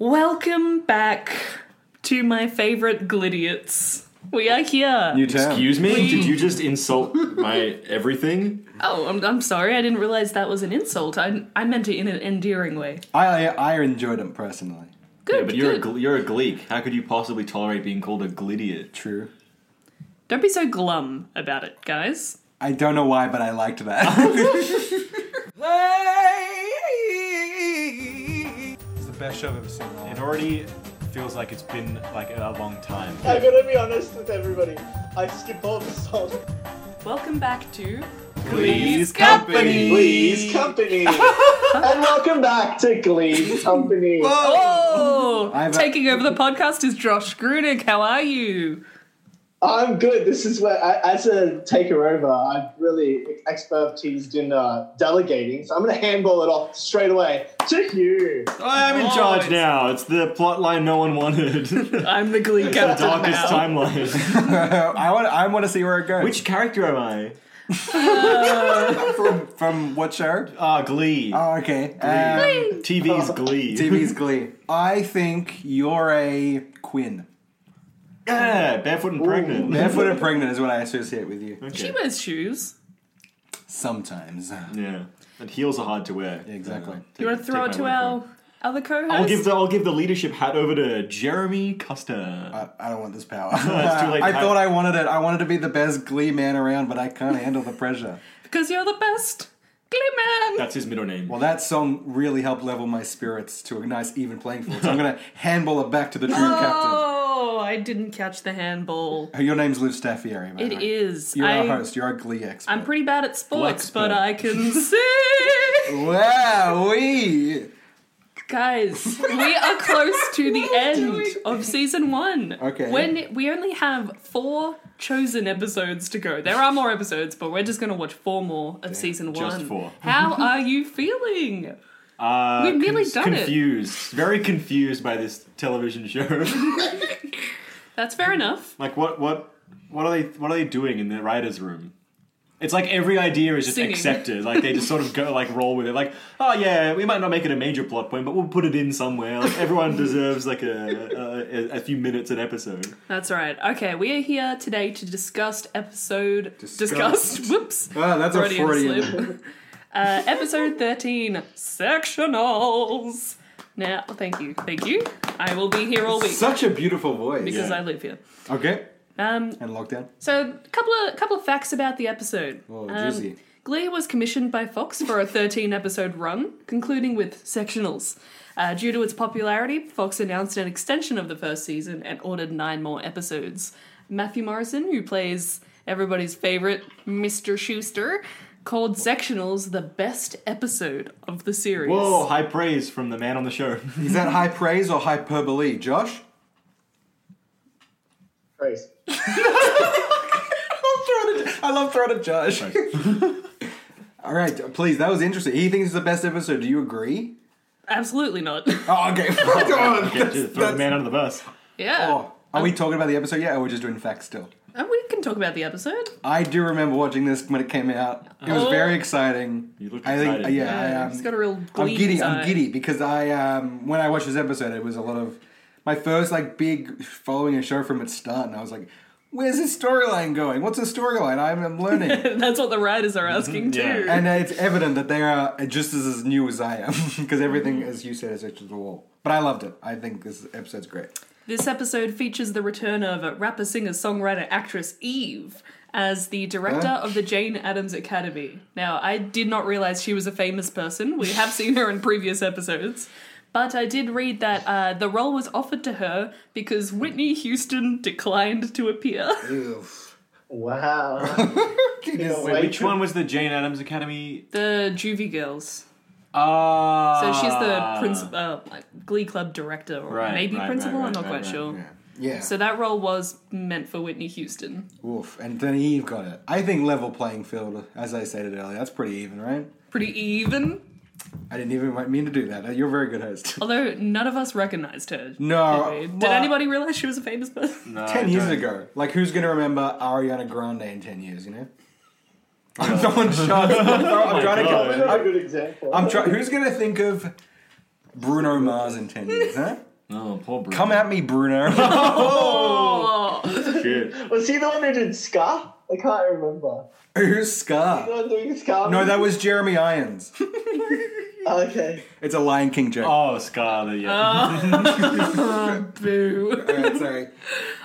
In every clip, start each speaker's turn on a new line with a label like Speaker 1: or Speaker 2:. Speaker 1: Welcome back to my favorite glidiots. We are here.
Speaker 2: New town.
Speaker 3: Excuse me? Did you just insult my everything?
Speaker 1: oh, I'm, I'm sorry. I didn't realize that was an insult. I, I meant it in an endearing way.
Speaker 2: I, I I enjoyed them personally.
Speaker 1: Good.
Speaker 3: Yeah, but you're a,
Speaker 1: good.
Speaker 3: gl- you're a gleek. How could you possibly tolerate being called a glidiot?
Speaker 2: True.
Speaker 1: Don't be so glum about it, guys.
Speaker 2: I don't know why, but I liked that.
Speaker 4: It's the best show I've ever seen.
Speaker 5: It already feels like it's been like a long time.
Speaker 6: I'm gonna be honest with everybody. I skip all the songs.
Speaker 1: Welcome back to
Speaker 3: Please
Speaker 6: Glee's Company. and welcome back to Glee's Company.
Speaker 1: Oh,
Speaker 2: I've-
Speaker 1: taking over the podcast is Josh Grunick. How are you?
Speaker 6: I'm good. This is where, I, as a taker over, I'm really expertised in uh, delegating, so I'm gonna handball it off straight away to you.
Speaker 3: I'm in
Speaker 1: Oh,
Speaker 3: charge
Speaker 1: it's-
Speaker 3: now. It's the plot line no one wanted. the
Speaker 1: I'm the Glee captain. now.
Speaker 3: darkest timeline.
Speaker 2: I want I want to see where it goes.
Speaker 3: Which character am I?
Speaker 2: from from what show?
Speaker 3: Ah, Glee.
Speaker 2: Oh, okay. Um,
Speaker 3: TV's Glee.
Speaker 2: TV's Glee. I think you're a Quinn.
Speaker 3: Yeah, barefoot and pregnant.
Speaker 2: Barefoot and pregnant is what I associate with you.
Speaker 3: Okay.
Speaker 1: She wears shoes.
Speaker 2: Sometimes.
Speaker 3: Yeah, but heels are hard to wear.
Speaker 2: Exactly.
Speaker 1: You want to throw it
Speaker 3: take
Speaker 1: to
Speaker 3: my word
Speaker 1: our other co-host?
Speaker 3: I'll give the I'll give the leadership hat over to Jeremy Custer.
Speaker 2: Uh, I, I don't want this power.
Speaker 3: it's too late.
Speaker 2: I thought I wanted it. I wanted to be the best Glee man around, but I can't handle the pressure.
Speaker 1: because you're the best Glee man.
Speaker 3: That's his middle name.
Speaker 2: Well, that song really helped level my spirits to a nice even playing field. So I'm gonna handball it back to the true captain. Oh,
Speaker 1: Oh, I didn't catch the handball.
Speaker 2: Your name's Liv Staffieri. by the
Speaker 1: It
Speaker 2: way.
Speaker 1: is.
Speaker 2: You're
Speaker 1: I,
Speaker 2: our host. You're our Glee expert.
Speaker 1: I'm pretty bad at sports,
Speaker 3: Blackspur.
Speaker 1: but I can sing.
Speaker 2: Wow, we.
Speaker 1: Guys, we are close to the end of season one.
Speaker 2: Okay.
Speaker 1: When we only have four chosen episodes to go. There are more episodes, but we're just going to watch four more of season one.
Speaker 3: just four.
Speaker 1: How are you feeling?
Speaker 3: Uh,
Speaker 1: We've nearly
Speaker 3: cons-
Speaker 1: done it.
Speaker 3: confused. Very confused by this television show.
Speaker 1: That's fair enough.
Speaker 3: like what what what are they what are they doing in the writers' room? It's like every idea is just
Speaker 1: Singing.
Speaker 3: accepted. Like they just sort of go like roll with it. Like oh yeah, we might not make it a major plot point, but we'll put it in somewhere. Like, everyone deserves like a, a a few minutes an episode.
Speaker 1: That's right. Okay, we are here today to discuss episode.
Speaker 2: Discussed.
Speaker 1: Discussed. Whoops.
Speaker 2: Ah, that's a
Speaker 1: Freudian
Speaker 2: Freudian.
Speaker 1: slip. uh, episode 13 sectionals. Now, thank you. Thank you. I will be here all week
Speaker 2: Such a beautiful voice.
Speaker 1: because
Speaker 3: yeah.
Speaker 1: I live here.
Speaker 2: Okay.
Speaker 1: Um,
Speaker 2: And lockdown.
Speaker 1: So, a couple of couple of facts about the episode.
Speaker 2: Oh,
Speaker 1: Um,
Speaker 2: juicy.
Speaker 1: Glee was commissioned by Fox for a 13 episode run, concluding with sectionals. Uh, due to its popularity, Fox announced an extension of the first season and ordered nine more episodes. Matthew Morrison, who plays everybody's favorite Mr. Schuster, called sectionals the best episode of the series.
Speaker 3: Whoa, high praise from the man on the show.
Speaker 2: Is that high praise or hyperbole, Josh?
Speaker 6: Praise.
Speaker 2: I love throwing a Josh. All right, please. That was interesting. He thinks it's the best episode. Do you agree?
Speaker 1: Absolutely not.
Speaker 2: Oh, okay. Oh,
Speaker 3: Okay, just throw the man under the bus.
Speaker 1: yeah.
Speaker 2: Oh, are we talking about the episode yet, or we're just doing facts still?
Speaker 1: And we can talk about the episode.
Speaker 2: I do remember watching this when it came out. It was
Speaker 1: Oh.
Speaker 2: very exciting.
Speaker 3: You look
Speaker 2: I think,
Speaker 3: excited.
Speaker 2: yeah, I, um,
Speaker 1: He's got a real
Speaker 2: I'm
Speaker 1: glee in
Speaker 2: giddy.
Speaker 1: his
Speaker 2: I'm
Speaker 1: eye.
Speaker 2: giddy because I um, when I watched this episode, it was a lot of my first like big following a show from its start, and I was like, "Where's this storyline going? What's the storyline? I'm, I'm learning."
Speaker 1: That's what the writers are asking
Speaker 3: Yeah.
Speaker 1: too.
Speaker 2: and uh, it's evident that they are just as, as new as I am because
Speaker 1: Mm.
Speaker 2: everything, as you said, is etched to the wall. But I loved it. I think this episode's great.
Speaker 1: This episode features the return of rapper, singer, songwriter, actress Eve as the director
Speaker 2: Huh?
Speaker 1: of the Jane Addams Academy. Now, I did not realize she was a famous person. We have seen her in previous episodes. But I did read that uh, the role was offered to her because Whitney Houston declined to appear.
Speaker 6: Wow.
Speaker 3: Wait, which one was the Jane Addams Academy?
Speaker 1: the Juvie Girls.
Speaker 3: Ah,
Speaker 1: So she's the principal, uh, like, Glee Club director, or
Speaker 3: Right,
Speaker 1: maybe
Speaker 3: right,
Speaker 1: principal.
Speaker 3: right,
Speaker 1: I'm not
Speaker 3: right,
Speaker 1: quite
Speaker 3: right,
Speaker 1: sure.
Speaker 2: Yeah. Yeah.
Speaker 1: So that role was meant for Whitney Houston.
Speaker 2: Woof. And then Eve got it. I think level playing field, as I stated earlier, that's pretty even, right?
Speaker 1: Pretty even.
Speaker 2: I didn't even mean to do that. Uh, You're a very good host.
Speaker 1: Although none of us recognized her.
Speaker 2: No,
Speaker 1: Oh, Did, we? Did
Speaker 2: well-
Speaker 1: anybody realize she was a famous person?
Speaker 3: No,
Speaker 2: ten
Speaker 3: I
Speaker 2: years
Speaker 3: don't.
Speaker 2: ago. Like, who's gonna remember Ariana Grande in ten years? You know. Someone shot. I'm trying to.
Speaker 6: That's
Speaker 2: Come,
Speaker 6: a good example.
Speaker 2: I'm try- Who's gonna think of Bruno Mars in ten years? Huh?
Speaker 3: Oh, poor Bruno.
Speaker 2: Come at me, Bruno.
Speaker 1: Oh,
Speaker 3: Shit.
Speaker 6: Was he the one who did Scar? I can't remember.
Speaker 2: Who's
Speaker 6: The
Speaker 2: Scar?
Speaker 6: one doing Scar?
Speaker 2: No, that
Speaker 6: movie?
Speaker 2: was Jeremy Irons.
Speaker 6: Okay.
Speaker 2: It's a Lion King joke.
Speaker 5: Oh, Scarlet, yeah.
Speaker 1: Uh. boo.
Speaker 2: Alright, sorry.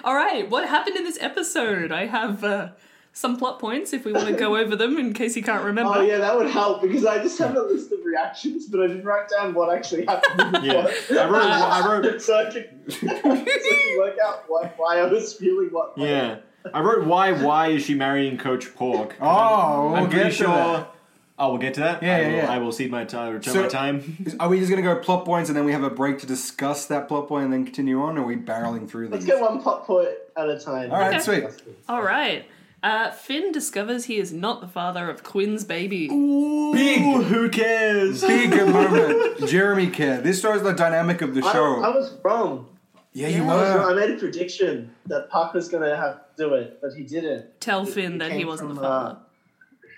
Speaker 1: All right, what happened in this episode? I have uh, some plot points if we want to go over them in case you can't remember.
Speaker 6: Oh yeah, that would help because I just have a list of reactions, but I didn't write down what actually happened.
Speaker 3: Yeah. I wrote. I wrote.
Speaker 6: so I could, so I could work out why, why I was feeling what.
Speaker 3: Yeah. I wrote why why is she marrying Coach Pork? 'Cause
Speaker 2: Oh, we'll
Speaker 3: I'm, I'm
Speaker 2: get
Speaker 3: pretty
Speaker 2: to
Speaker 3: sure
Speaker 2: that.
Speaker 3: Oh, we'll get to that.
Speaker 2: Yeah,
Speaker 3: I
Speaker 2: yeah,
Speaker 3: will,
Speaker 2: yeah.
Speaker 3: I will cede my time. Return
Speaker 2: So-
Speaker 3: my time.
Speaker 2: Is- Are we just gonna go plot points and then we have a break to discuss that plot point and then continue on? Or are we barreling through
Speaker 6: Let's
Speaker 2: these?
Speaker 6: get one pop point at a time.
Speaker 2: All right,
Speaker 1: Okay.
Speaker 2: sweet.
Speaker 1: All right. Uh, Finn discovers he is not the father of Quinn's baby.
Speaker 3: Big. Who cares?
Speaker 2: Big moment. Jeremy care. This shows the dynamic of the
Speaker 6: I,
Speaker 2: show.
Speaker 6: I was wrong.
Speaker 2: yeah, you
Speaker 6: I, was wrong. I
Speaker 2: were.
Speaker 6: made a prediction that Parker's gonna have to do it, but he didn't.
Speaker 1: Tell Finn that he
Speaker 6: came
Speaker 1: wasn't the
Speaker 6: from,
Speaker 1: father.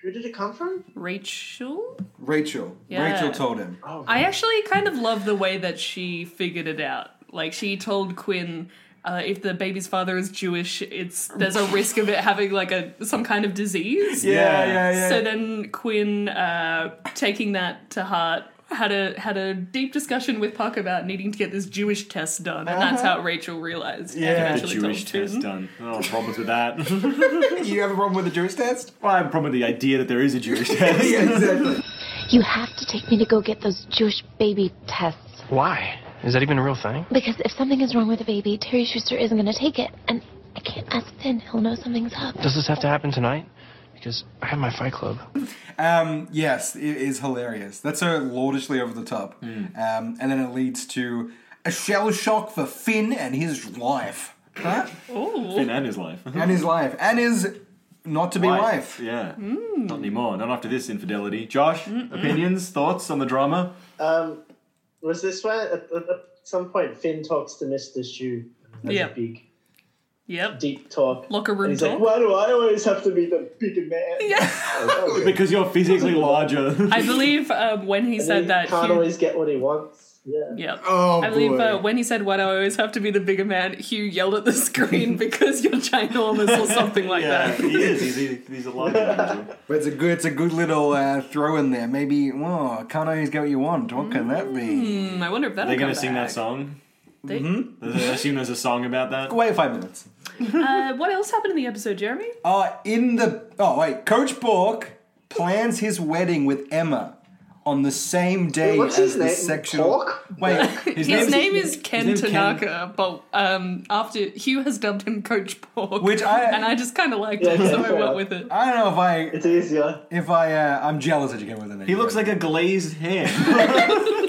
Speaker 6: Who did it come from?
Speaker 1: Rachel?
Speaker 2: Rachel.
Speaker 1: Yeah.
Speaker 2: Rachel told him.
Speaker 6: Oh,
Speaker 1: I actually kind of love the way that she figured it out. Like she told Quinn, uh, if the baby's father is Jewish, it's there's a risk of it having like a some kind of disease.
Speaker 2: Yeah, yeah, yeah.
Speaker 1: So then Quinn, uh, taking that to heart, had a had a deep discussion with Puck about needing to get this Jewish test done, and that's how Rachel realized. and
Speaker 2: Uh-huh. Yeah.
Speaker 3: The
Speaker 1: eventually told
Speaker 3: Jewish test
Speaker 1: Finn.
Speaker 3: done. Oh, problems with that. well,
Speaker 2: you have a problem with the Jewish test?
Speaker 3: I have a problem with the idea that there is a Jewish test.
Speaker 2: yeah, exactly.
Speaker 4: You have to take me to go get those Jewish baby tests.
Speaker 7: Why? Is that even a real thing?
Speaker 4: Because if something is wrong with the baby, Terry Schuster isn't going to take it. And I can't ask Finn. He'll know something's up.
Speaker 7: Does this have to happen tonight? Because I have my fight club.
Speaker 2: Um, yes, it is hilarious. That's so laudishly over the top. Um, and then it leads to a shell shock for Finn and his life. Huh?
Speaker 1: Oh.
Speaker 3: Finn and his life.
Speaker 2: and his life. And his not to be wife.
Speaker 3: Yeah.
Speaker 1: Mm.
Speaker 3: Not anymore. Not after this infidelity. Josh, opinions, thoughts on the drama?
Speaker 6: Um, was this where at, at, at some point Finn talks to Mister Shu? Has
Speaker 1: Yeah.
Speaker 6: a big
Speaker 1: Yep.
Speaker 6: deep talk.
Speaker 1: Locker room
Speaker 6: And he's
Speaker 1: talk.
Speaker 6: like, why do I always have to be the bigger man?
Speaker 1: Yeah.
Speaker 6: Oh, okay.
Speaker 3: Because you're physically larger.
Speaker 1: I believe um, when he said
Speaker 6: he
Speaker 1: that.
Speaker 6: can't
Speaker 1: Hugh-
Speaker 6: always get what he wants. Yeah.
Speaker 1: Yep.
Speaker 2: Oh,
Speaker 1: I believe
Speaker 2: boy.
Speaker 1: uh, when he said, "Why do I always have to be the bigger man?" Hugh yelled at the screen because you're ginormous or something like
Speaker 3: yeah,
Speaker 1: that.
Speaker 3: he is. He's, he's, he's a larger individual.
Speaker 2: But it's a good, it's a good little uh, throw in there. Maybe, oh, can't always get what you want. What can that
Speaker 3: Mm.
Speaker 2: be?
Speaker 1: Hmm, I wonder if that'll
Speaker 3: They're
Speaker 1: going to
Speaker 3: sing that song.
Speaker 1: They-
Speaker 3: I assume there's a song about that.
Speaker 2: Wait five minutes.
Speaker 1: Uh, what else happened in the episode, Jeremy?
Speaker 2: Uh, in the oh wait, Coach Bork plans his wedding with Emma on the same day
Speaker 6: What's
Speaker 2: as
Speaker 6: his
Speaker 2: the
Speaker 6: name?
Speaker 2: sexual.
Speaker 6: Bork?
Speaker 2: Wait,
Speaker 1: His,
Speaker 3: name's-
Speaker 1: name is Ken
Speaker 3: name's Ken.
Speaker 1: Tanaka, but um, after Hugh has dubbed him Coach Pork,
Speaker 2: Which I-
Speaker 1: and I just kind of liked
Speaker 6: Yeah,
Speaker 1: it,
Speaker 6: yeah,
Speaker 1: so I
Speaker 6: fair
Speaker 1: went
Speaker 6: enough.
Speaker 1: with it.
Speaker 2: I don't know if I
Speaker 6: It's easier.
Speaker 2: if I uh, I'm jealous that you came with a name.
Speaker 3: He looks like a glazed ham.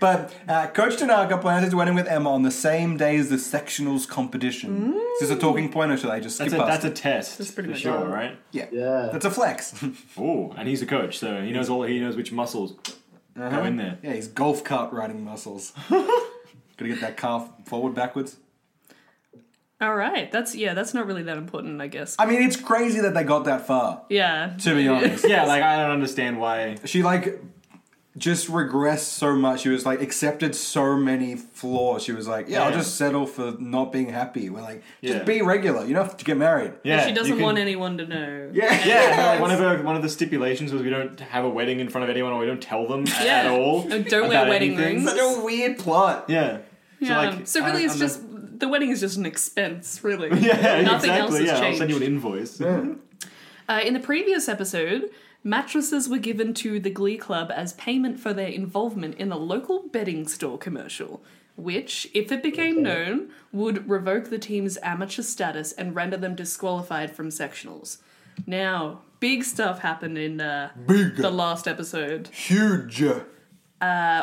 Speaker 2: But uh, Coach Tanaka plans his wedding with Emma on the same day as the sectionals competition. Is this a talking point, or should I just skip
Speaker 3: Mm. that's, a,
Speaker 2: past?
Speaker 3: that's a test
Speaker 1: That's pretty
Speaker 3: for
Speaker 1: much
Speaker 3: sure,
Speaker 1: all.
Speaker 3: right?
Speaker 2: yeah.
Speaker 6: Yeah.
Speaker 2: That's a flex.
Speaker 3: Oh, and he's a coach, so he knows all. He knows which muscles go in there.
Speaker 2: Uh-huh. yeah, he's golf cart riding muscles. Gotta get that calf forward backwards.
Speaker 1: All right, that's yeah, that's not really that important, I guess.
Speaker 2: I mean, it's crazy that they got that far.
Speaker 1: yeah,
Speaker 2: To be honest.
Speaker 3: Yeah, like I don't understand why.
Speaker 2: she like just regressed so much. She was like accepted so many flaws. She was like, yeah, I'll
Speaker 3: Yeah.
Speaker 2: just settle for not being happy. We're like, just
Speaker 3: Yeah.
Speaker 2: be regular. You don't have to get married.
Speaker 3: Yeah,
Speaker 1: she
Speaker 3: you
Speaker 1: doesn't
Speaker 3: can-
Speaker 1: want anyone to know.
Speaker 2: Yeah,
Speaker 3: Yeah, like, one of her, one of the stipulations was we don't have a wedding in front of anyone, or we don't tell them a-
Speaker 1: Yeah.
Speaker 3: at all.
Speaker 1: And don't wear
Speaker 3: about
Speaker 1: wedding
Speaker 3: anything.
Speaker 1: rings.
Speaker 2: Such a weird plot.
Speaker 3: Yeah. So,
Speaker 1: Yeah,
Speaker 3: like,
Speaker 1: so
Speaker 3: I
Speaker 1: really,
Speaker 3: don't-
Speaker 1: it's
Speaker 3: I'm
Speaker 1: just the wedding is just an expense, really.
Speaker 3: not- yeah,
Speaker 1: nothing
Speaker 3: exactly.
Speaker 1: else has
Speaker 3: yeah, I'll
Speaker 1: changed.
Speaker 3: send you an invoice.
Speaker 1: Uh, in the previous episode, mattresses were given to the Glee Club as payment for their involvement in a local bedding store commercial, which, if it became known, would revoke the team's amateur status and render them disqualified from sectionals. Now, big stuff happened in uh,
Speaker 2: Big,
Speaker 1: the last episode. Uh,
Speaker 2: huge.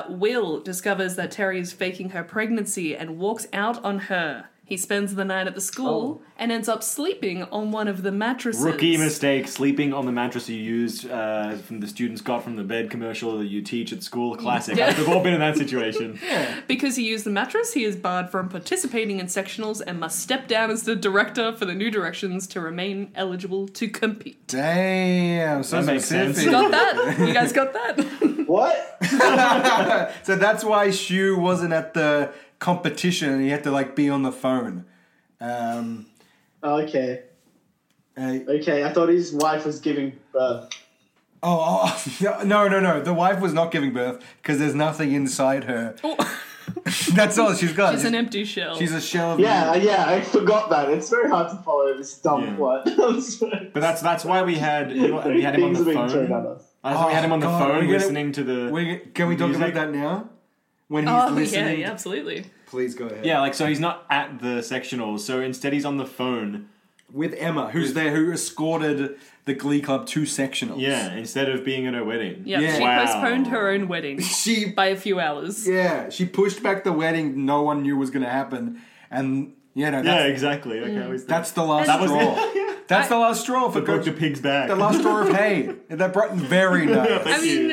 Speaker 1: Will discovers that Terry is faking her pregnancy and walks out on her. He spends the night at the school and ends up sleeping on one of the mattresses.
Speaker 3: Rookie mistake: sleeping on the mattress you used uh, from the students got from the bed commercial that you teach at school. Classic. We've all been in that situation.
Speaker 1: Because he used the mattress, he is barred from participating in sectionals and must step down as the director for the new directions to remain eligible to compete.
Speaker 2: Damn, so
Speaker 3: That makes
Speaker 2: specific.
Speaker 3: sense.
Speaker 1: Got that? You guys got that?
Speaker 6: what?
Speaker 2: so that's why Shu wasn't at the competition and he had to like be on the phone. Um,
Speaker 6: Okay.
Speaker 2: uh,
Speaker 6: Okay, I thought his wife was giving birth.
Speaker 2: oh, oh, no, no, no. The wife was not giving birth because there's nothing inside her.
Speaker 1: Oh,
Speaker 2: That's all she's got.
Speaker 1: it's an empty shell.
Speaker 2: She's a shell of
Speaker 6: Yeah, yeah, I forgot that. It's very hard to follow this dumb
Speaker 3: Yeah.
Speaker 6: plot. I'm sorry.
Speaker 3: But that's that's why we had we had him on
Speaker 6: Things
Speaker 3: the
Speaker 6: are being thrown at
Speaker 3: phone.
Speaker 6: us.
Speaker 3: That's why we had him on the
Speaker 2: Oh, God,
Speaker 3: phone
Speaker 2: we're gonna-
Speaker 3: listening to the
Speaker 2: We- can we talk about
Speaker 3: Music.
Speaker 2: that now? When he's
Speaker 1: oh yeah,
Speaker 2: listening,
Speaker 1: yeah, absolutely.
Speaker 2: please go ahead.
Speaker 3: yeah, like so he's not at the sectional, so instead he's on the phone.
Speaker 2: with Emma, who's there, who escorted the Glee Club to sectionals.
Speaker 3: Yeah, instead of being at her wedding.
Speaker 1: Yeah,
Speaker 2: Yeah.
Speaker 1: she
Speaker 3: Wow.
Speaker 1: postponed her own wedding
Speaker 2: she
Speaker 1: by a few hours.
Speaker 2: yeah, she pushed back the wedding. No one knew was going to happen, and you know, that's,
Speaker 3: Yeah, exactly. Okay, I was
Speaker 2: that's the last
Speaker 1: That
Speaker 3: was-
Speaker 2: straw. Mm. That's the last straw for
Speaker 3: the broke the
Speaker 2: Coach.
Speaker 3: pig's back.
Speaker 2: The last straw of hay that brought very nice.
Speaker 1: I mean,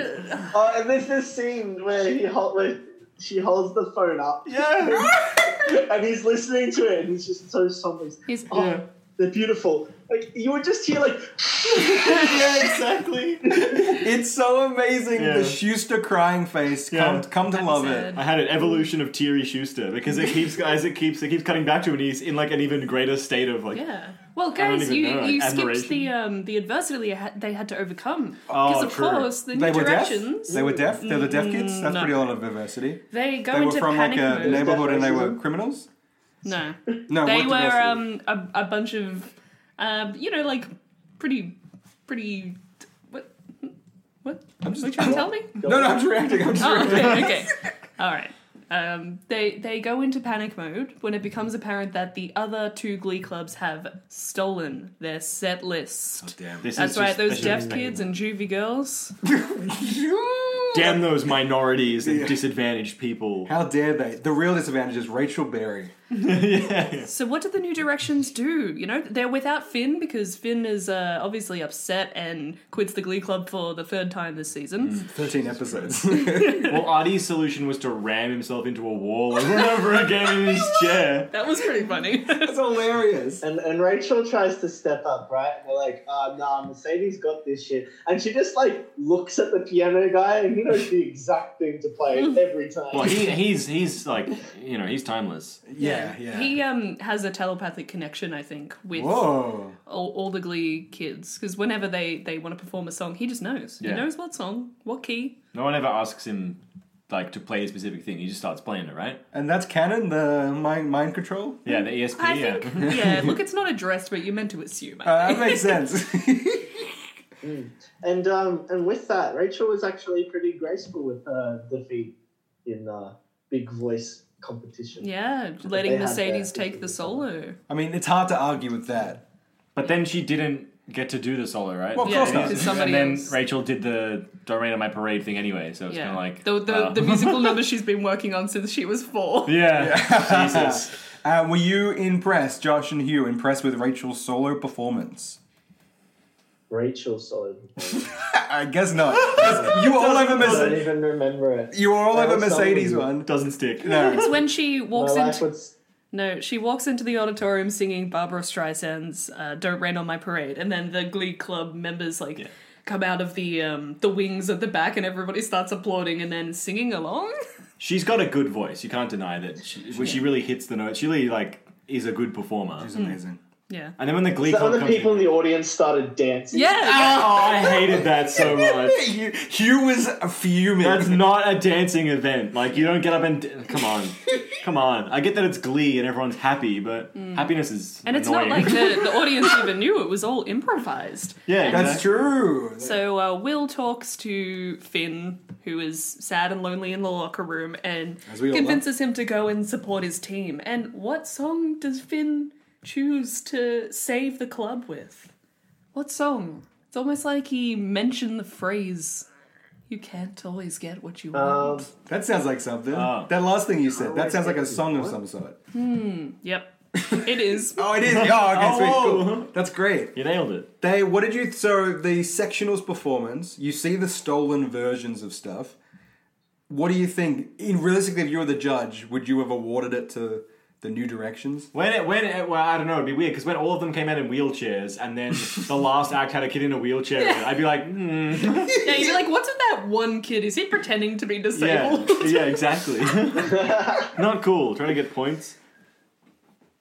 Speaker 6: Oh, and there's this scene where he hol- where she holds the phone up
Speaker 3: yeah.
Speaker 6: and he's listening to it and he's just so somber.
Speaker 1: he's
Speaker 6: Oh, they're beautiful. Like you would just hear like
Speaker 3: yeah, exactly.
Speaker 2: It's so amazing.
Speaker 3: Yeah.
Speaker 2: The Schuster crying face.
Speaker 3: Yeah.
Speaker 2: Come, come to
Speaker 1: I'm
Speaker 2: love
Speaker 1: sad.
Speaker 2: it. Uh,
Speaker 3: I had an evolution of Teary Schuster because it keeps as it keeps it keeps cutting back to it. and He's in like an even greater state of like
Speaker 1: Yeah. Well,
Speaker 3: don't
Speaker 1: guys,
Speaker 3: even
Speaker 1: you,
Speaker 3: know, like,
Speaker 1: you skipped
Speaker 3: admiration.
Speaker 1: the um, the adversity they had- they had to overcome because
Speaker 3: Oh,
Speaker 1: of
Speaker 3: true.
Speaker 1: course the new
Speaker 2: They were deaf.
Speaker 1: directions
Speaker 2: They were deaf. They're the deaf kids. That's
Speaker 1: no.
Speaker 2: pretty a lot of diversity.
Speaker 1: they go
Speaker 2: They were
Speaker 1: into
Speaker 2: from like
Speaker 1: panic
Speaker 2: a
Speaker 1: mode.
Speaker 2: neighborhood and they were
Speaker 6: Deaf racism.
Speaker 2: criminals.
Speaker 1: no,
Speaker 2: No,
Speaker 1: they
Speaker 2: what
Speaker 1: were
Speaker 2: diversity?
Speaker 1: um a, a bunch of um you know like pretty pretty what what
Speaker 2: I'm just
Speaker 1: you trying to tell me?
Speaker 2: No, no, I'm just reacting. I'm just
Speaker 1: Oh,
Speaker 2: reacting.
Speaker 1: okay, okay, all right. Um, they they go into panic mode when it becomes apparent that the other two Glee clubs have stolen their set list.
Speaker 2: Damn.
Speaker 3: Oh, This
Speaker 1: That's
Speaker 3: is
Speaker 1: right,
Speaker 3: just- I
Speaker 1: those
Speaker 3: should
Speaker 1: deaf
Speaker 3: expect
Speaker 1: kids
Speaker 3: more.
Speaker 1: and juvie girls.
Speaker 3: Damn those minorities and disadvantaged people.
Speaker 2: How dare they? The real disadvantage is Rachel Berry.
Speaker 1: So what did the New Directions do? You know, they're without Finn because Finn is uh, obviously upset and quits the Glee Club for the third time this season.
Speaker 3: Mm.
Speaker 2: 13 episodes.
Speaker 3: Well, Artie's solution was to ram himself into a wall over and over again in his chair.
Speaker 1: That was pretty funny.
Speaker 2: That's hilarious.
Speaker 6: And, and Rachel tries to step up, right? And they're like, oh, nah, Mercedes got this shit. And she just like looks at the piano guy and he knows the exact thing to play
Speaker 1: Mm.
Speaker 6: every time.
Speaker 3: Well, he, he's he's like you know he's timeless.
Speaker 2: Yeah, yeah.
Speaker 1: He um has a telepathic connection, I think, with all,
Speaker 2: Whoa.
Speaker 1: all the Glee kids because whenever they they want to perform a song, he just knows. He
Speaker 3: Yeah.
Speaker 1: knows what song, what key.
Speaker 3: No one ever asks him like to play a specific thing. He just starts playing it, right?
Speaker 2: And that's canon, the mind, mind control?
Speaker 3: Yeah, the ESP.
Speaker 1: I
Speaker 3: yeah.
Speaker 1: think. Yeah. Look, it's not addressed, but you're meant to assume. I
Speaker 2: Uh, that
Speaker 1: think.
Speaker 2: makes sense.
Speaker 6: and um, and with that, Rachel was actually pretty graceful with her defeat in uh, big voice competition.
Speaker 1: Yeah,
Speaker 6: They
Speaker 1: letting
Speaker 6: had
Speaker 1: Mercedes
Speaker 6: their-
Speaker 1: take the solo.
Speaker 2: I mean, it's hard to argue with that.
Speaker 3: But then she didn't get to do the solo, right?
Speaker 2: Well, of Yeah, course not.
Speaker 3: And
Speaker 2: because
Speaker 1: somebody
Speaker 3: then
Speaker 1: else-
Speaker 3: Rachel did the "Don't Rain on My Parade" thing anyway, so it's
Speaker 1: Yeah,
Speaker 3: kind of like
Speaker 1: the the,
Speaker 3: uh,
Speaker 1: the musical number she's been working on since she was four.
Speaker 3: yeah, Jesus.
Speaker 2: Uh, were you impressed, Josh and Hugh, impressed with Rachel's solo performance?
Speaker 6: Rachel solo. performance.
Speaker 2: I guess not. you were all over
Speaker 6: I don't
Speaker 2: Mercedes.
Speaker 6: even remember it.
Speaker 2: You were all
Speaker 6: That
Speaker 2: over
Speaker 6: was
Speaker 2: Mercedes
Speaker 6: something.
Speaker 2: one.
Speaker 3: Doesn't stick.
Speaker 1: It's when she
Speaker 6: My
Speaker 1: walks
Speaker 6: life
Speaker 1: into
Speaker 6: was.
Speaker 1: no, she walks into the auditorium singing Barbara Streisand's uh, "Don't Rain on My Parade," and then the Glee Club members like come out of the um, the wings at the back, and everybody starts applauding and then singing along.
Speaker 3: She's got a good voice. You can't deny that. She, when she really hits the notes, she really like is a good performer.
Speaker 2: It's amazing.
Speaker 1: yeah,
Speaker 3: And then when the Glee
Speaker 6: The
Speaker 3: Club
Speaker 6: other
Speaker 3: comes
Speaker 6: people in
Speaker 3: in,
Speaker 6: the audience started dancing.
Speaker 1: yeah.
Speaker 3: oh, I hated that so much.
Speaker 2: Hugh, Hugh was fuming.
Speaker 3: That's not a dancing event. Like you don't get up and d- come on, come on. I get that it's Glee and everyone's happy, but happiness is
Speaker 1: Mm. And it's
Speaker 3: annoying.
Speaker 1: not like the, the audience even knew it was all improvised.
Speaker 3: yeah,
Speaker 2: That's
Speaker 3: exactly.
Speaker 2: true.
Speaker 1: So uh, Will talks to Finn, who is sad and lonely in the locker room, and
Speaker 2: As we all
Speaker 1: convinces him to go and support his team. And what song does Finn choose to save the club with? What song? It's almost like he mentioned the phrase, "You can't always get what you want."
Speaker 6: Um,
Speaker 2: That sounds like something.
Speaker 3: Oh.
Speaker 2: That last thing you said, that sounds like a song of some sort.
Speaker 1: yep, it is.
Speaker 2: Oh, it is. Oh, okay, sweet.
Speaker 3: Oh,
Speaker 2: Cool.
Speaker 3: whoa.
Speaker 2: That's great.
Speaker 3: You nailed it.
Speaker 2: They, what did you? So the sectionals performance. You see the stolen versions of stuff. What do you think? In realistically, if you were the judge, would you have awarded it to the New Directions.
Speaker 3: When it, when it, well, I don't know, it'd be weird because when all of them came out in wheelchairs and then the last act had a kid in a wheelchair,
Speaker 1: Yeah.
Speaker 3: I'd be like, hmm.
Speaker 1: Yeah, you'd be like, what's with that one kid? Is he pretending to be
Speaker 3: Yeah,
Speaker 1: disabled?
Speaker 3: yeah, exactly. Not cool. Trying to get points.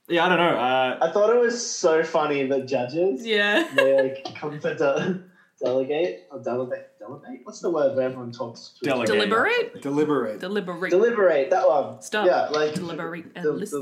Speaker 3: Yeah, I don't know. Uh,
Speaker 6: I thought it was so funny that judges
Speaker 1: Yeah.
Speaker 6: they like come to de- delegate or delegate delegate. What's the word where everyone talks? To
Speaker 3: Delegate.
Speaker 1: Deliberate?
Speaker 2: Deliberate.
Speaker 1: Deliberate.
Speaker 6: Deliberate that one.
Speaker 1: Stop.
Speaker 6: Yeah, like
Speaker 1: Deliberate and
Speaker 6: the,
Speaker 1: listen.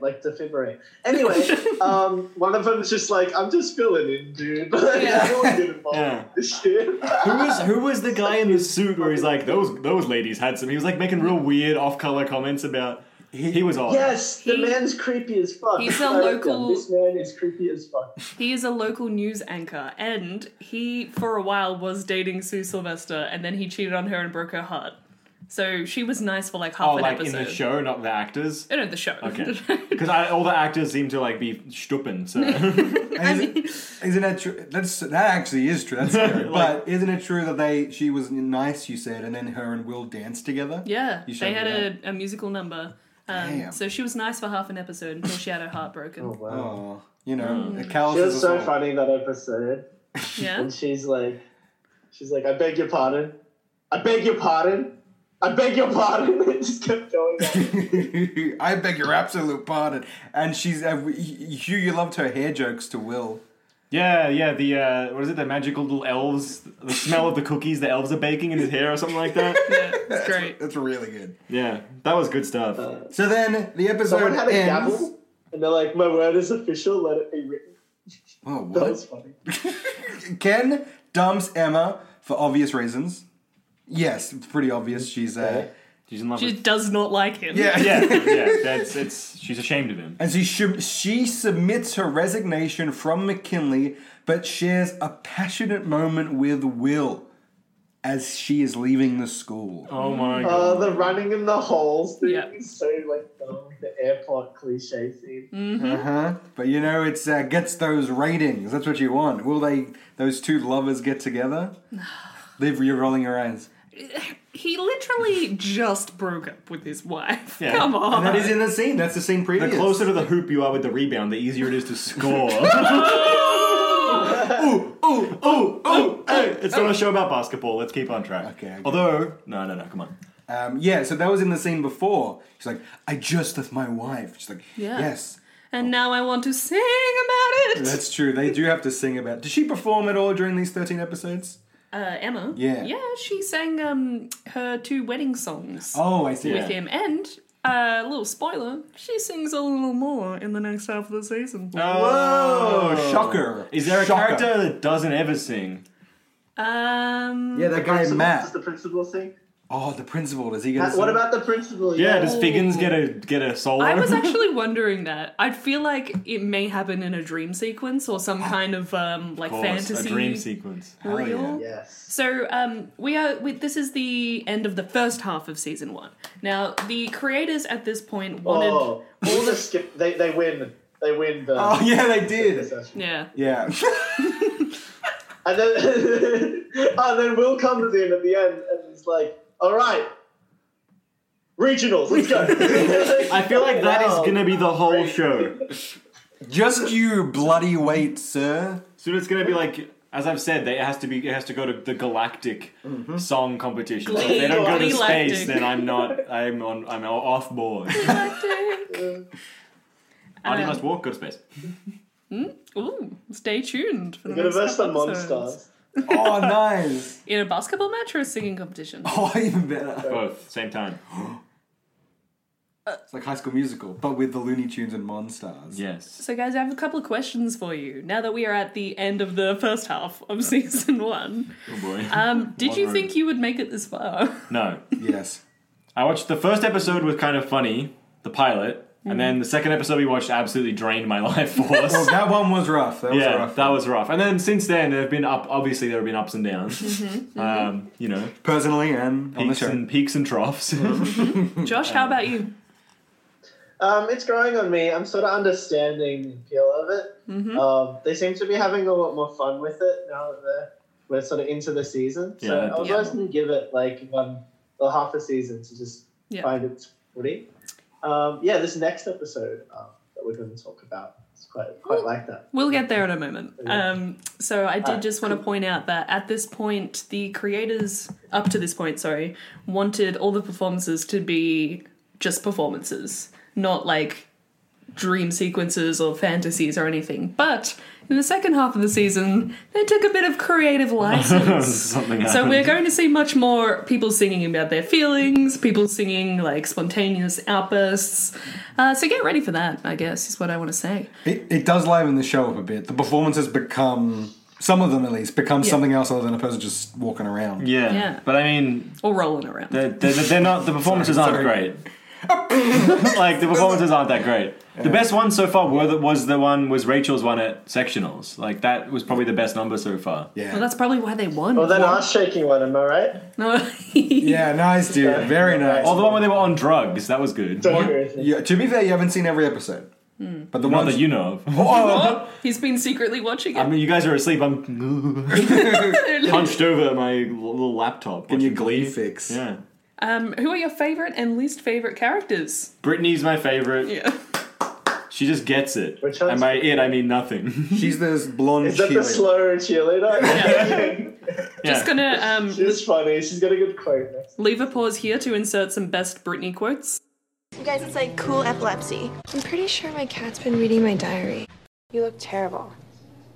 Speaker 6: like defibrate. Anyway, um, one of them's just like, I'm just filling in, dude. Like,
Speaker 1: Yeah.
Speaker 6: I don't want to get involved
Speaker 3: Yeah.
Speaker 6: with this shit.
Speaker 3: who was who was the guy in the suit where he's like those those ladies had some? He was like making real weird off color comments about. He was odd.
Speaker 6: Yes, the
Speaker 1: He-
Speaker 6: man's creepy as fuck.
Speaker 1: he's a
Speaker 6: I reckon
Speaker 1: local-
Speaker 6: This man is creepy as fuck.
Speaker 1: He is a local news anchor, and he, for a while, was dating Sue Sylvester, and then he cheated on her and broke her heart. So she was nice for like half
Speaker 3: Oh,
Speaker 1: an
Speaker 3: like
Speaker 1: episode.
Speaker 3: in the show, not the actors.
Speaker 1: Oh, no, the show.
Speaker 3: Okay. Because all the actors seem to like be stuppen. So
Speaker 1: I
Speaker 2: Is it-
Speaker 1: mean,
Speaker 2: Isn't that true? That's that actually is true. That's scary. but isn't it true that they she was nice? You said, and then her and Will danced together.
Speaker 1: yeah,
Speaker 2: You showed
Speaker 1: they
Speaker 2: me
Speaker 1: had a, a musical number. Um,
Speaker 2: Damn.
Speaker 1: so she was nice for half an episode until she had her heart broken.
Speaker 6: Oh, wow.
Speaker 2: Oh, you know, mm.
Speaker 6: It was so funny that episode.
Speaker 1: Yeah?
Speaker 6: And she's like, she's like, I beg your pardon. I beg your pardon. I beg your pardon. It just kept going. on.
Speaker 2: I beg your absolute pardon. And she's uh, Hugh. You loved her hair jokes to Will.
Speaker 3: yeah, yeah. The uh, what is it? The magical little elves. The smell of the cookies the elves are baking in his hair or something like that.
Speaker 1: yeah, it's great.
Speaker 2: That's really good.
Speaker 3: yeah, that was good stuff.
Speaker 2: So then the episode
Speaker 6: Someone had a
Speaker 2: ends.
Speaker 6: gavel, and they're like, my word is official. Let it be written.
Speaker 2: Oh,
Speaker 6: That
Speaker 2: what?
Speaker 6: was funny.
Speaker 2: Ken dumps Emma for obvious reasons. Yes, it's pretty obvious. She's uh,
Speaker 3: She's in love.
Speaker 1: She
Speaker 3: with
Speaker 1: does not like him.
Speaker 2: yeah,
Speaker 3: yeah, yeah. That's it's. She's ashamed of him.
Speaker 2: And she shub- she submits her resignation from McKinley, but shares a passionate moment with Will as she is leaving the school.
Speaker 3: Oh my god.
Speaker 6: Uh, the running in the holes thing
Speaker 1: Yeah.
Speaker 6: is so like dumb. The airport cliche scene.
Speaker 2: Uh-huh. But you know, it's uh, gets those ratings. That's what you want. Will they? Those two lovers get together? Liv, you're rolling your eyes.
Speaker 1: He literally just broke up with his wife.
Speaker 3: Yeah.
Speaker 1: Come on.
Speaker 2: And that is Oh, in the scene. That's the scene
Speaker 3: the
Speaker 2: previous.
Speaker 3: closer to the hoop you are with the rebound, the easier it is to score. ooh, ooh, ooh, ooh, hey, it's not a show about basketball. Let's keep on track.
Speaker 2: Okay, okay.
Speaker 3: Although, no, no, no, come on.
Speaker 2: Um, yeah. So that was in the scene before. She's like, "I just left my wife." She's like,
Speaker 1: Yeah.
Speaker 2: "Yes."
Speaker 1: and now I want to sing about it.
Speaker 2: That's true. They do have to sing about. Did she perform at all during these thirteen episodes?
Speaker 1: Uh, Emma.
Speaker 2: Yeah.
Speaker 1: Yeah, she sang um, her two wedding songs
Speaker 2: Oh, I see.
Speaker 1: with him. And, uh, little spoiler, she sings a little more in the next half of the season.
Speaker 3: Oh. Whoa!
Speaker 2: shocker.
Speaker 3: Oh. Is there a
Speaker 2: Shocker.
Speaker 3: character that doesn't ever sing?
Speaker 1: Um,
Speaker 2: Yeah, that guy
Speaker 6: Principal-
Speaker 2: Matt.
Speaker 6: Does the principal thing?
Speaker 2: Oh, the principal. Is he gonna?
Speaker 6: Matt, what
Speaker 2: sing?
Speaker 6: about the principal?
Speaker 3: Yeah, does Figgins get a get a solo?
Speaker 1: I was actually wondering that. I feel like it may happen in a dream sequence or some kind of um, like
Speaker 3: Of course,
Speaker 1: fantasy
Speaker 3: a dream sequence.
Speaker 1: reel.
Speaker 2: yeah.
Speaker 6: Yes.
Speaker 1: So um, we are. We, this is the end of the first half of season one. Now the creators at this point wanted.
Speaker 6: Oh, all the skip. They they win. They win the.
Speaker 2: Oh yeah, they
Speaker 6: the
Speaker 2: did.
Speaker 6: session.
Speaker 1: Yeah.
Speaker 2: Yeah.
Speaker 6: And then, and then Will comes in at the end and is like, all right, regionals, let's go.
Speaker 3: I feel like that is gonna be the whole show.
Speaker 2: Just you bloody wait, sir.
Speaker 3: Soon it's gonna be like, as I've said, they, it has to be, it has to go to the galactic
Speaker 2: Mm-hmm.
Speaker 3: song competition. So if they don't go to
Speaker 1: Galactic.
Speaker 3: space, then I'm not, I'm on, I'm off board. Artie must walk, go to space.
Speaker 1: Ooh, stay tuned for the
Speaker 6: Gonna
Speaker 1: next
Speaker 6: verse the
Speaker 1: couple episodes.
Speaker 6: monsters.
Speaker 2: Oh, nice.
Speaker 1: in a basketball match or a singing competition.
Speaker 2: Oh, even better.
Speaker 3: Both same time.
Speaker 2: It's like High School Musical, but with the Looney Tunes and Monstars.
Speaker 3: Yes.
Speaker 1: So, guys, I have a couple of questions for you. Now that we are at the end of the first half of season one,
Speaker 3: Oh boy.
Speaker 1: um, did you think you would make it this far?
Speaker 3: no.
Speaker 2: Yes.
Speaker 3: I watched the first episode was kind of funny, the pilot, and then the second episode we watched absolutely drained my life force.
Speaker 2: Well, Oh, that one was rough. That was
Speaker 3: Yeah,
Speaker 2: rough.
Speaker 3: that was rough. And then since then, there have been up. Obviously, there have been ups and downs. Um, you know,
Speaker 2: Personally, and on the
Speaker 3: peaks
Speaker 2: show.
Speaker 3: and peaks and troughs.
Speaker 1: Josh, how about you?
Speaker 6: Um, it's growing on me. I'm sort of understanding the appeal of it. Um, they seem to be having a lot more fun with it now that they're, we're sort of into the season. So
Speaker 3: Yeah, that
Speaker 6: I'll
Speaker 3: does
Speaker 6: go ahead and give it like one or half a season to just
Speaker 1: Yeah.
Speaker 6: find its footing. Um, yeah, this next episode um, that we're going to talk about is quite quite like that.
Speaker 1: We'll get there in a moment. Um, so I did just want to point out that at this point, the creators, up to this point, sorry, wanted all the performances to be just performances, not like dream sequences or fantasies or anything. But in the second half of the season, they took a bit of creative license.
Speaker 3: Something
Speaker 1: So
Speaker 3: happened.
Speaker 1: we're going to see much more people singing about their feelings, people singing like spontaneous outbursts. Uh, so get ready for that, I guess, is what I want to say.
Speaker 2: It, it does liven the show up a bit. The performances become, some of them at least, become
Speaker 1: Yeah.
Speaker 2: something else other than a person just walking around.
Speaker 3: Yeah.
Speaker 1: Yeah.
Speaker 3: But I mean,
Speaker 1: Or rolling around.
Speaker 3: they're, they're, they're not, the performances aren't great. like, the performances aren't that great. The best one so far were the, was the one, was Rachel's one at sectionals. Like, that was probably the best number so far.
Speaker 2: Yeah.
Speaker 1: Well, that's probably why they won.
Speaker 6: Well, that ass shaking one, am I right?
Speaker 1: no.
Speaker 2: yeah, nice, dude. Very nice.
Speaker 3: Or the one where they were on drugs. That was good.
Speaker 6: Don't agree with me.
Speaker 2: Yeah, to be fair, you haven't seen every episode.
Speaker 1: Hmm.
Speaker 2: But the
Speaker 3: Not
Speaker 2: one
Speaker 3: that you know of.
Speaker 2: Oh,
Speaker 1: He's been secretly watching it.
Speaker 3: I mean, you guys are asleep. I'm hunched over my little laptop.
Speaker 2: in your
Speaker 3: watching
Speaker 2: Glee fix.
Speaker 3: Yeah.
Speaker 1: Um, who are your favorite and least favorite characters?
Speaker 3: Brittany's my favorite.
Speaker 1: Yeah.
Speaker 3: She just gets it.
Speaker 6: Which one's-
Speaker 3: And by it, I mean nothing.
Speaker 2: She's this blonde
Speaker 6: Is that the
Speaker 2: cheerleader.
Speaker 6: slower cheerleader?
Speaker 1: Just gonna um,
Speaker 6: She's funny. She's got a good quote next.
Speaker 1: leave a pause here to insert some best Britney quotes.
Speaker 8: You guys, it's like cool epilepsy.
Speaker 9: I'm pretty sure my cat's been reading my diary.
Speaker 8: You look terrible.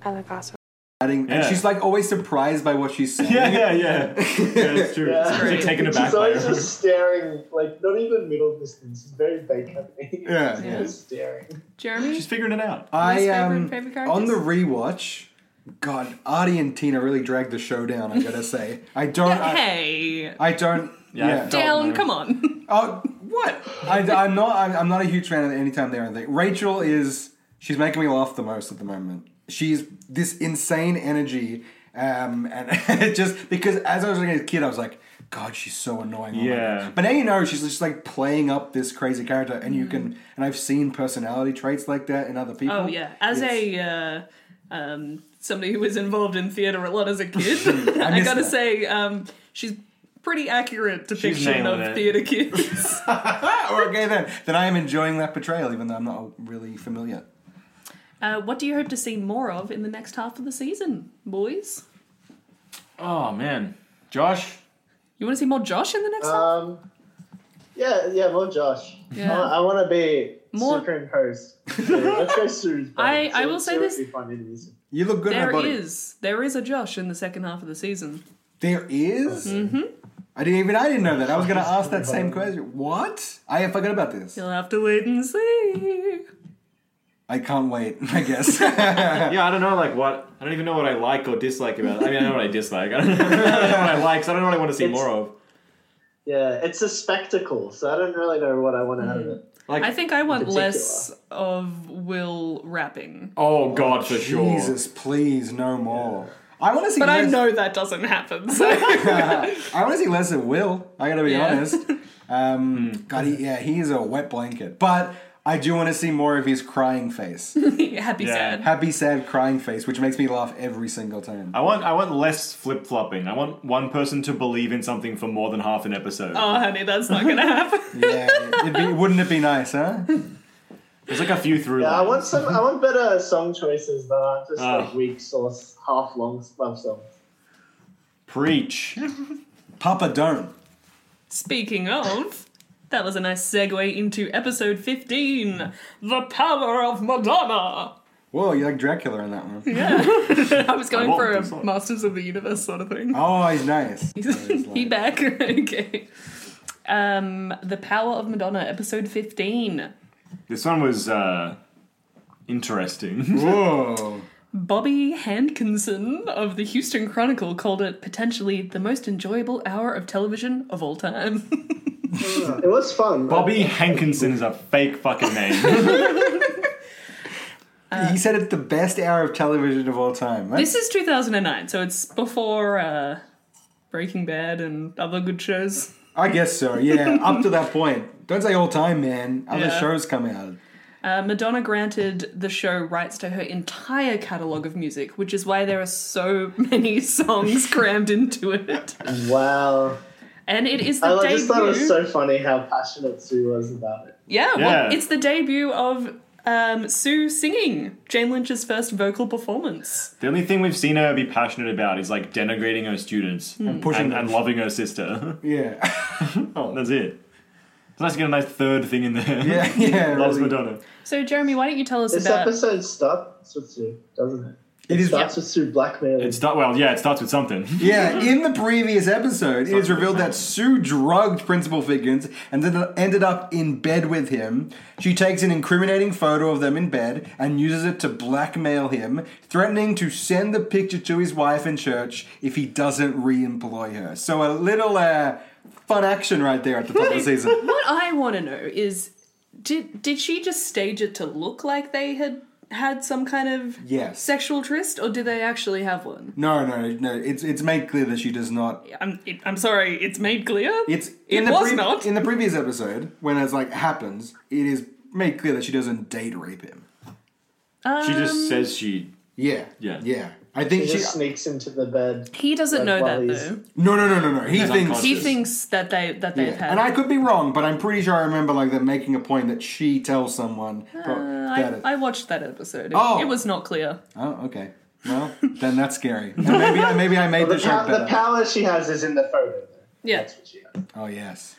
Speaker 8: I look awesome.
Speaker 2: Adding- And
Speaker 3: Yeah.
Speaker 2: she's like always surprised by what she's saying.
Speaker 3: yeah, yeah, yeah. yeah, it's true.
Speaker 6: Yeah.
Speaker 3: She's like taken aback
Speaker 6: She's
Speaker 3: by
Speaker 6: always
Speaker 3: her.
Speaker 6: just staring, like not even middle distance. She's very big company.
Speaker 2: Yeah,
Speaker 6: She's
Speaker 2: yeah.
Speaker 6: just staring.
Speaker 1: Jeremy,
Speaker 3: She's figuring it out.
Speaker 2: I
Speaker 1: Least favorite
Speaker 2: um,
Speaker 1: and favorite
Speaker 2: on
Speaker 1: characters?
Speaker 2: the rewatch. God, Artie and Tina really dragged the show down. I gotta say, I don't. I,
Speaker 1: hey,
Speaker 2: I don't.
Speaker 3: Yeah, I
Speaker 2: Yeah.
Speaker 3: felt-
Speaker 1: down,
Speaker 3: know.
Speaker 1: come on.
Speaker 2: Oh, what? I, am not. I'm, I'm not a huge fan of any time they're on the Rachel is. She's making me laugh the most at the moment. She's this insane energy, um, and it just because as I was looking as a kid, I was like, God, she's so annoying. Oh my
Speaker 3: Yeah.
Speaker 2: God. But now you know she's just like playing up this crazy character, and you can. And I've seen personality traits like that in other people.
Speaker 1: Mm-hmm. Oh yeah, as a uh, um, somebody who was involved in theater a lot as a kid, I,
Speaker 2: miss
Speaker 1: gotta
Speaker 2: that.
Speaker 1: say um, she's pretty accurate depiction of
Speaker 3: nailing it.
Speaker 1: theater kids.
Speaker 2: Ah, okay then. Then I am enjoying that portrayal, even though I'm not really familiar.
Speaker 1: uh, what do you hope to see more of in the next half of the season, boys?
Speaker 3: Oh, man. Josh?
Speaker 1: You want to see more Josh in the next half?
Speaker 6: Um, yeah, yeah, more Josh.
Speaker 1: Yeah.
Speaker 6: I, want- I want to be
Speaker 1: More-
Speaker 6: superimposed. Let's go Sue's.
Speaker 1: I-
Speaker 6: body.
Speaker 1: I will
Speaker 6: Sue-
Speaker 1: say
Speaker 6: Sue would
Speaker 1: this-
Speaker 6: be fun in this.
Speaker 2: You look good in
Speaker 1: There
Speaker 2: that body.
Speaker 1: is. There is a Josh in the second half of the season.
Speaker 2: There Mm-hmm. I didn't even. I didn't know that. I was going to ask that same question. What? I forgot about this.
Speaker 1: You'll have to wait and see.
Speaker 2: I can't wait. I guess.
Speaker 3: Yeah, I don't know, like, what... I don't even know what I like or dislike about it. I mean, I know what I dislike. I don't know, I don't know what I like, so I don't know what I want to see
Speaker 6: It's-
Speaker 3: more of.
Speaker 6: Yeah, it's a spectacle, so I don't really know what I want out of it.
Speaker 3: Like,
Speaker 1: I think I want
Speaker 6: particular.
Speaker 1: less of Will rapping.
Speaker 3: oh, God, for sure.
Speaker 2: Jesus, please, no more. I want to see.
Speaker 1: But I
Speaker 2: less,
Speaker 1: know that doesn't happen. So.
Speaker 2: I want to see less of Will. I got to be
Speaker 1: Yeah. Hmm.
Speaker 2: honest. Um, God, he, yeah, he is a wet blanket. But I do want to see more of his crying face,
Speaker 1: Happy
Speaker 3: Yeah.
Speaker 1: sad.
Speaker 2: happy, sad crying face, which makes me laugh every single time.
Speaker 3: I want I want less flip flopping. I want one person to believe in something for more than half an episode.
Speaker 6: Uh.
Speaker 1: Oh, honey, that's not gonna happen.
Speaker 2: Yeah, it'd be, wouldn't it be nice, huh?
Speaker 3: There's like a few through
Speaker 6: Yeah, I
Speaker 3: lines.
Speaker 6: want some. I want better song choices that aren't just like
Speaker 2: Ah.
Speaker 3: Oh.
Speaker 6: weak sauce, half long love songs.
Speaker 3: Preach.
Speaker 2: Papa don't.
Speaker 1: Speaking of, that was a nice segue into episode 15 The Power of Madonna.
Speaker 2: Whoa, you like Dracula in that one.
Speaker 1: I was going
Speaker 3: I
Speaker 1: for
Speaker 3: want
Speaker 1: a
Speaker 3: this one.
Speaker 1: Masters of the Universe sort of thing.
Speaker 2: Oh, he's nice.
Speaker 1: he back. okay. Um, The Power of Madonna, episode 15.
Speaker 3: This one was uh interesting.
Speaker 2: Whoa.
Speaker 1: Bobby Handkinson of the Houston Chronicle called it potentially the most enjoyable hour of television of all time.
Speaker 6: It was fun.
Speaker 3: Bobby Hankinson is a fake fucking name.
Speaker 2: he said it's the best hour of television of all time. That's,
Speaker 1: this is 2009, so it's before uh, Breaking Bad and other good shows.
Speaker 2: I guess so, yeah, up to that point. Don't say all time, man. Other
Speaker 1: Yeah.
Speaker 2: shows come out.
Speaker 1: Uh, Madonna granted the show rights to her entire catalogue of music, which is why there are so many songs crammed into it.
Speaker 6: Wow.
Speaker 1: and it is the
Speaker 6: I like-
Speaker 1: debut.
Speaker 6: just thought it was so funny how passionate Sue was about it.
Speaker 1: yeah,
Speaker 3: Yeah.
Speaker 1: well, it's the debut of um, Sue singing Jane Lynch's first vocal performance.
Speaker 3: The only thing we've seen her be passionate about is like denigrating her students and
Speaker 2: pushing them.
Speaker 3: and, loving her sister.
Speaker 2: Yeah.
Speaker 3: That's it. It's nice to get a nice third thing in there.
Speaker 2: Yeah, yeah.
Speaker 3: Loves
Speaker 2: really.
Speaker 3: Madonna.
Speaker 1: So, Jeremy, why don't you tell us
Speaker 6: This
Speaker 1: about?
Speaker 6: episode starts with Sue, doesn't it?
Speaker 2: It is
Speaker 6: Starts with Sue blackmailing.
Speaker 3: It start well, yeah. It starts with something.
Speaker 2: Yeah, in the previous episode, it is revealed that Sue drugged Principal Figgins and then ended up in bed with him. She takes an incriminating photo of them in bed and uses it to blackmail him, threatening to send the picture to his wife in church if he doesn't re employ her. So, a little uh, fun action right there at the top of the season.
Speaker 1: What I want to know is, did did she just stage it to look like they had had some kind of
Speaker 2: Yes.
Speaker 1: sexual tryst, or did they actually have one?
Speaker 2: No, no, no. It's, it's made clear that she does not
Speaker 1: I'm it, I'm sorry, it's made clear.
Speaker 2: It's
Speaker 1: it
Speaker 2: in the
Speaker 1: was
Speaker 2: pre-
Speaker 1: not.
Speaker 2: in the previous episode when it's like happens. It is made clear that she doesn't date rape him.
Speaker 3: she just says she.
Speaker 2: Yeah,
Speaker 3: Yeah.
Speaker 2: yeah. I think
Speaker 6: She
Speaker 2: she.
Speaker 6: just sneaks into the bed.
Speaker 1: he doesn't know
Speaker 6: Like,
Speaker 1: that
Speaker 6: while he's-
Speaker 1: though.
Speaker 2: no, no, no, no, no. He thinks.
Speaker 3: unconscious.
Speaker 1: He thinks that they that they've
Speaker 2: yeah.
Speaker 1: had.
Speaker 2: And I could be wrong, but I'm pretty sure I remember like them making a point that she tells someone. pro- that it-
Speaker 1: Uh, I, I watched that episode. It,
Speaker 2: Oh.
Speaker 1: it was not clear.
Speaker 2: oh, okay. Well, then that's scary. And maybe I, maybe I made
Speaker 6: The,
Speaker 2: the
Speaker 6: pow-
Speaker 2: joke
Speaker 6: the
Speaker 2: better.
Speaker 6: power she has is in the photo. Though.
Speaker 1: Yeah.
Speaker 6: That's what she has.
Speaker 2: oh yes.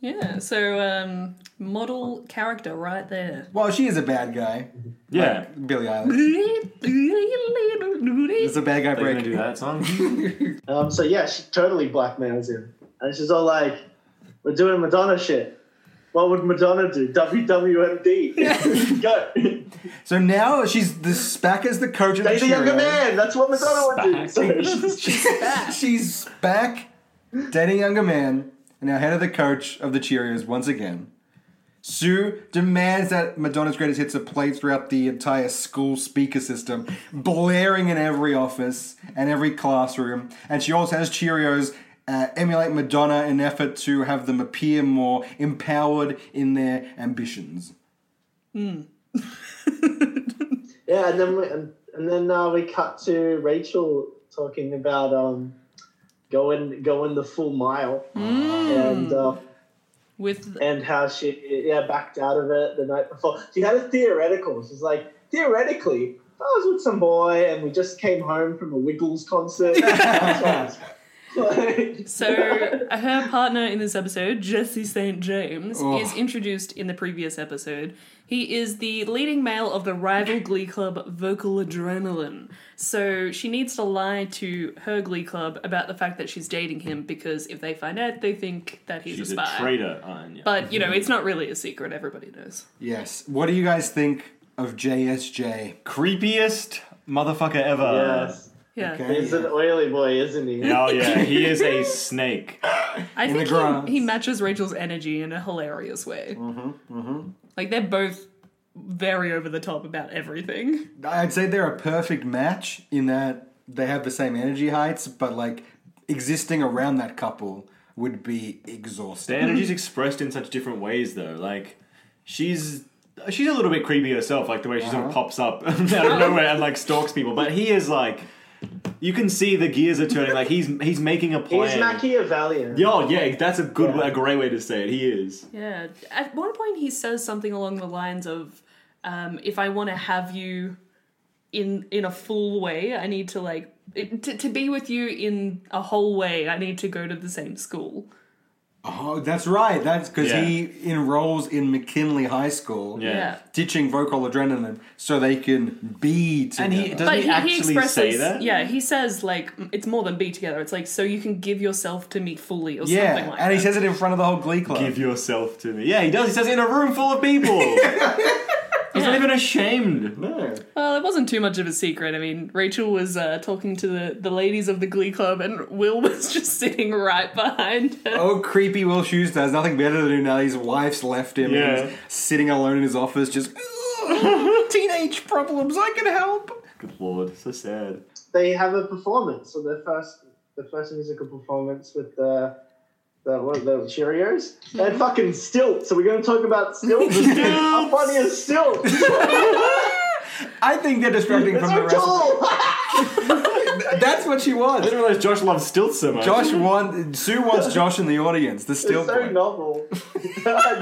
Speaker 1: Yeah, so um, model character right there.
Speaker 2: Well, she is a bad guy,
Speaker 3: Yeah.
Speaker 2: Billie Eilish. It's a bad guy
Speaker 3: They're gonna do
Speaker 2: break.
Speaker 3: that song.
Speaker 6: Um, so yeah, she totally blackmails him, and she's all like, "We're doing Madonna shit. What would Madonna do? WWMD. Go.
Speaker 2: So now she's the spack as the coach of
Speaker 6: Date
Speaker 2: the
Speaker 6: a younger
Speaker 2: Cheerios.
Speaker 6: man. That's what Madonna would do."
Speaker 3: Spack.
Speaker 6: So she's-
Speaker 2: She's back, dating younger man, and now head of the coach of the Cheerios once again. Sue demands that Madonna's greatest hits are played throughout the entire school speaker system, blaring in every office and every classroom. And she also has Cheerios uh, emulate Madonna in effort to have them appear more empowered in their ambitions.
Speaker 6: yeah, and then we, and, and then uh, we cut to Rachel talking about um, going going the full mile, and. Uh,
Speaker 1: With
Speaker 6: and how she yeah backed out of it the night before. She had a theoretical. She's like, theoretically, if I was with some boy and we just came home from a Wiggles concert. that's what it's like.
Speaker 1: so her partner in this episode, Jesse St. James,
Speaker 2: Oh.
Speaker 1: is introduced in the previous episode. He is the leading male of the rival glee club Vocal Adrenaline. So she needs to lie to her glee club about the fact that she's dating him because if they find out, they think that he's
Speaker 3: She's
Speaker 1: a
Speaker 3: a
Speaker 1: spy.
Speaker 3: traitor, Anya.
Speaker 1: But you know, it's not really a secret. Everybody knows.
Speaker 2: Yes. What do you guys think of JSJ?
Speaker 3: Creepiest motherfucker ever.
Speaker 6: yes.
Speaker 1: Yeah,
Speaker 2: Okay.
Speaker 6: He's an oily boy, isn't he?
Speaker 3: Oh yeah, he is a snake.
Speaker 1: I
Speaker 2: the
Speaker 1: think
Speaker 2: grass.
Speaker 1: he, he matches Rachel's energy in a hilarious way. Mm-hmm, mm-hmm. Like they're both very over the top about everything.
Speaker 2: I'd say they're a perfect match in that they have the same energy heights, but like existing around that couple would be
Speaker 3: The
Speaker 2: exhausting.
Speaker 3: energy's expressed in such different ways, though. Like, she's she's a little bit creepy herself, like the way she sort of
Speaker 2: Uh-huh.
Speaker 3: pops up out of nowhere and like stalks people. But he is like, you can see the gears are turning. Like he's he's making a plan.
Speaker 6: He's Machiavellian.
Speaker 3: Yo, yeah, that's a good, a great way to say it. He is.
Speaker 1: Yeah. At one point, he says something along the lines of, um, "If I want to have you in in a full way, I need to like it, to, to be with you in a whole way. I need to go to the same school."
Speaker 2: Oh, that's right. That's because
Speaker 3: Yeah.
Speaker 2: he enrolls in McKinley High School,
Speaker 3: Yeah.
Speaker 1: Yeah.
Speaker 2: teaching vocal adrenaline, so they can be together.
Speaker 3: And he doesn't
Speaker 1: But
Speaker 3: he,
Speaker 1: he,
Speaker 3: actually
Speaker 1: he expresses,
Speaker 3: say that.
Speaker 1: yeah, he says like it's more than be together. It's like so you can give yourself to me fully or
Speaker 2: yeah,
Speaker 1: something like
Speaker 2: and
Speaker 1: that.
Speaker 2: he says it in front of the whole Glee Club.
Speaker 3: Give yourself to me. Yeah, he does. He says it in a room full of people. he's not even ashamed.
Speaker 2: No.
Speaker 1: Well, it wasn't too much of a secret. I mean, Rachel was uh, talking to the, the ladies of the Glee Club, and Will was just sitting right behind her.
Speaker 2: Oh, creepy Will Schuster has nothing better to do now. that His wife's left him. and
Speaker 3: Yeah.
Speaker 2: he's sitting alone in his office, just teenage problems. I can help.
Speaker 3: Good lord, so sad.
Speaker 6: They have a performance, so their first the first musical performance with the the, what, the Cheerios and fucking stilts. So we're going to talk about stilts. How funny is stilts?
Speaker 2: I think they're distracting from the
Speaker 6: so
Speaker 2: rest.
Speaker 6: tall.
Speaker 2: That's what she
Speaker 3: I
Speaker 2: wants.
Speaker 3: didn't realize Josh loves stilts so much.
Speaker 2: Josh wants Sue wants Josh in the audience. The still
Speaker 6: It's so
Speaker 2: boy.
Speaker 6: novel.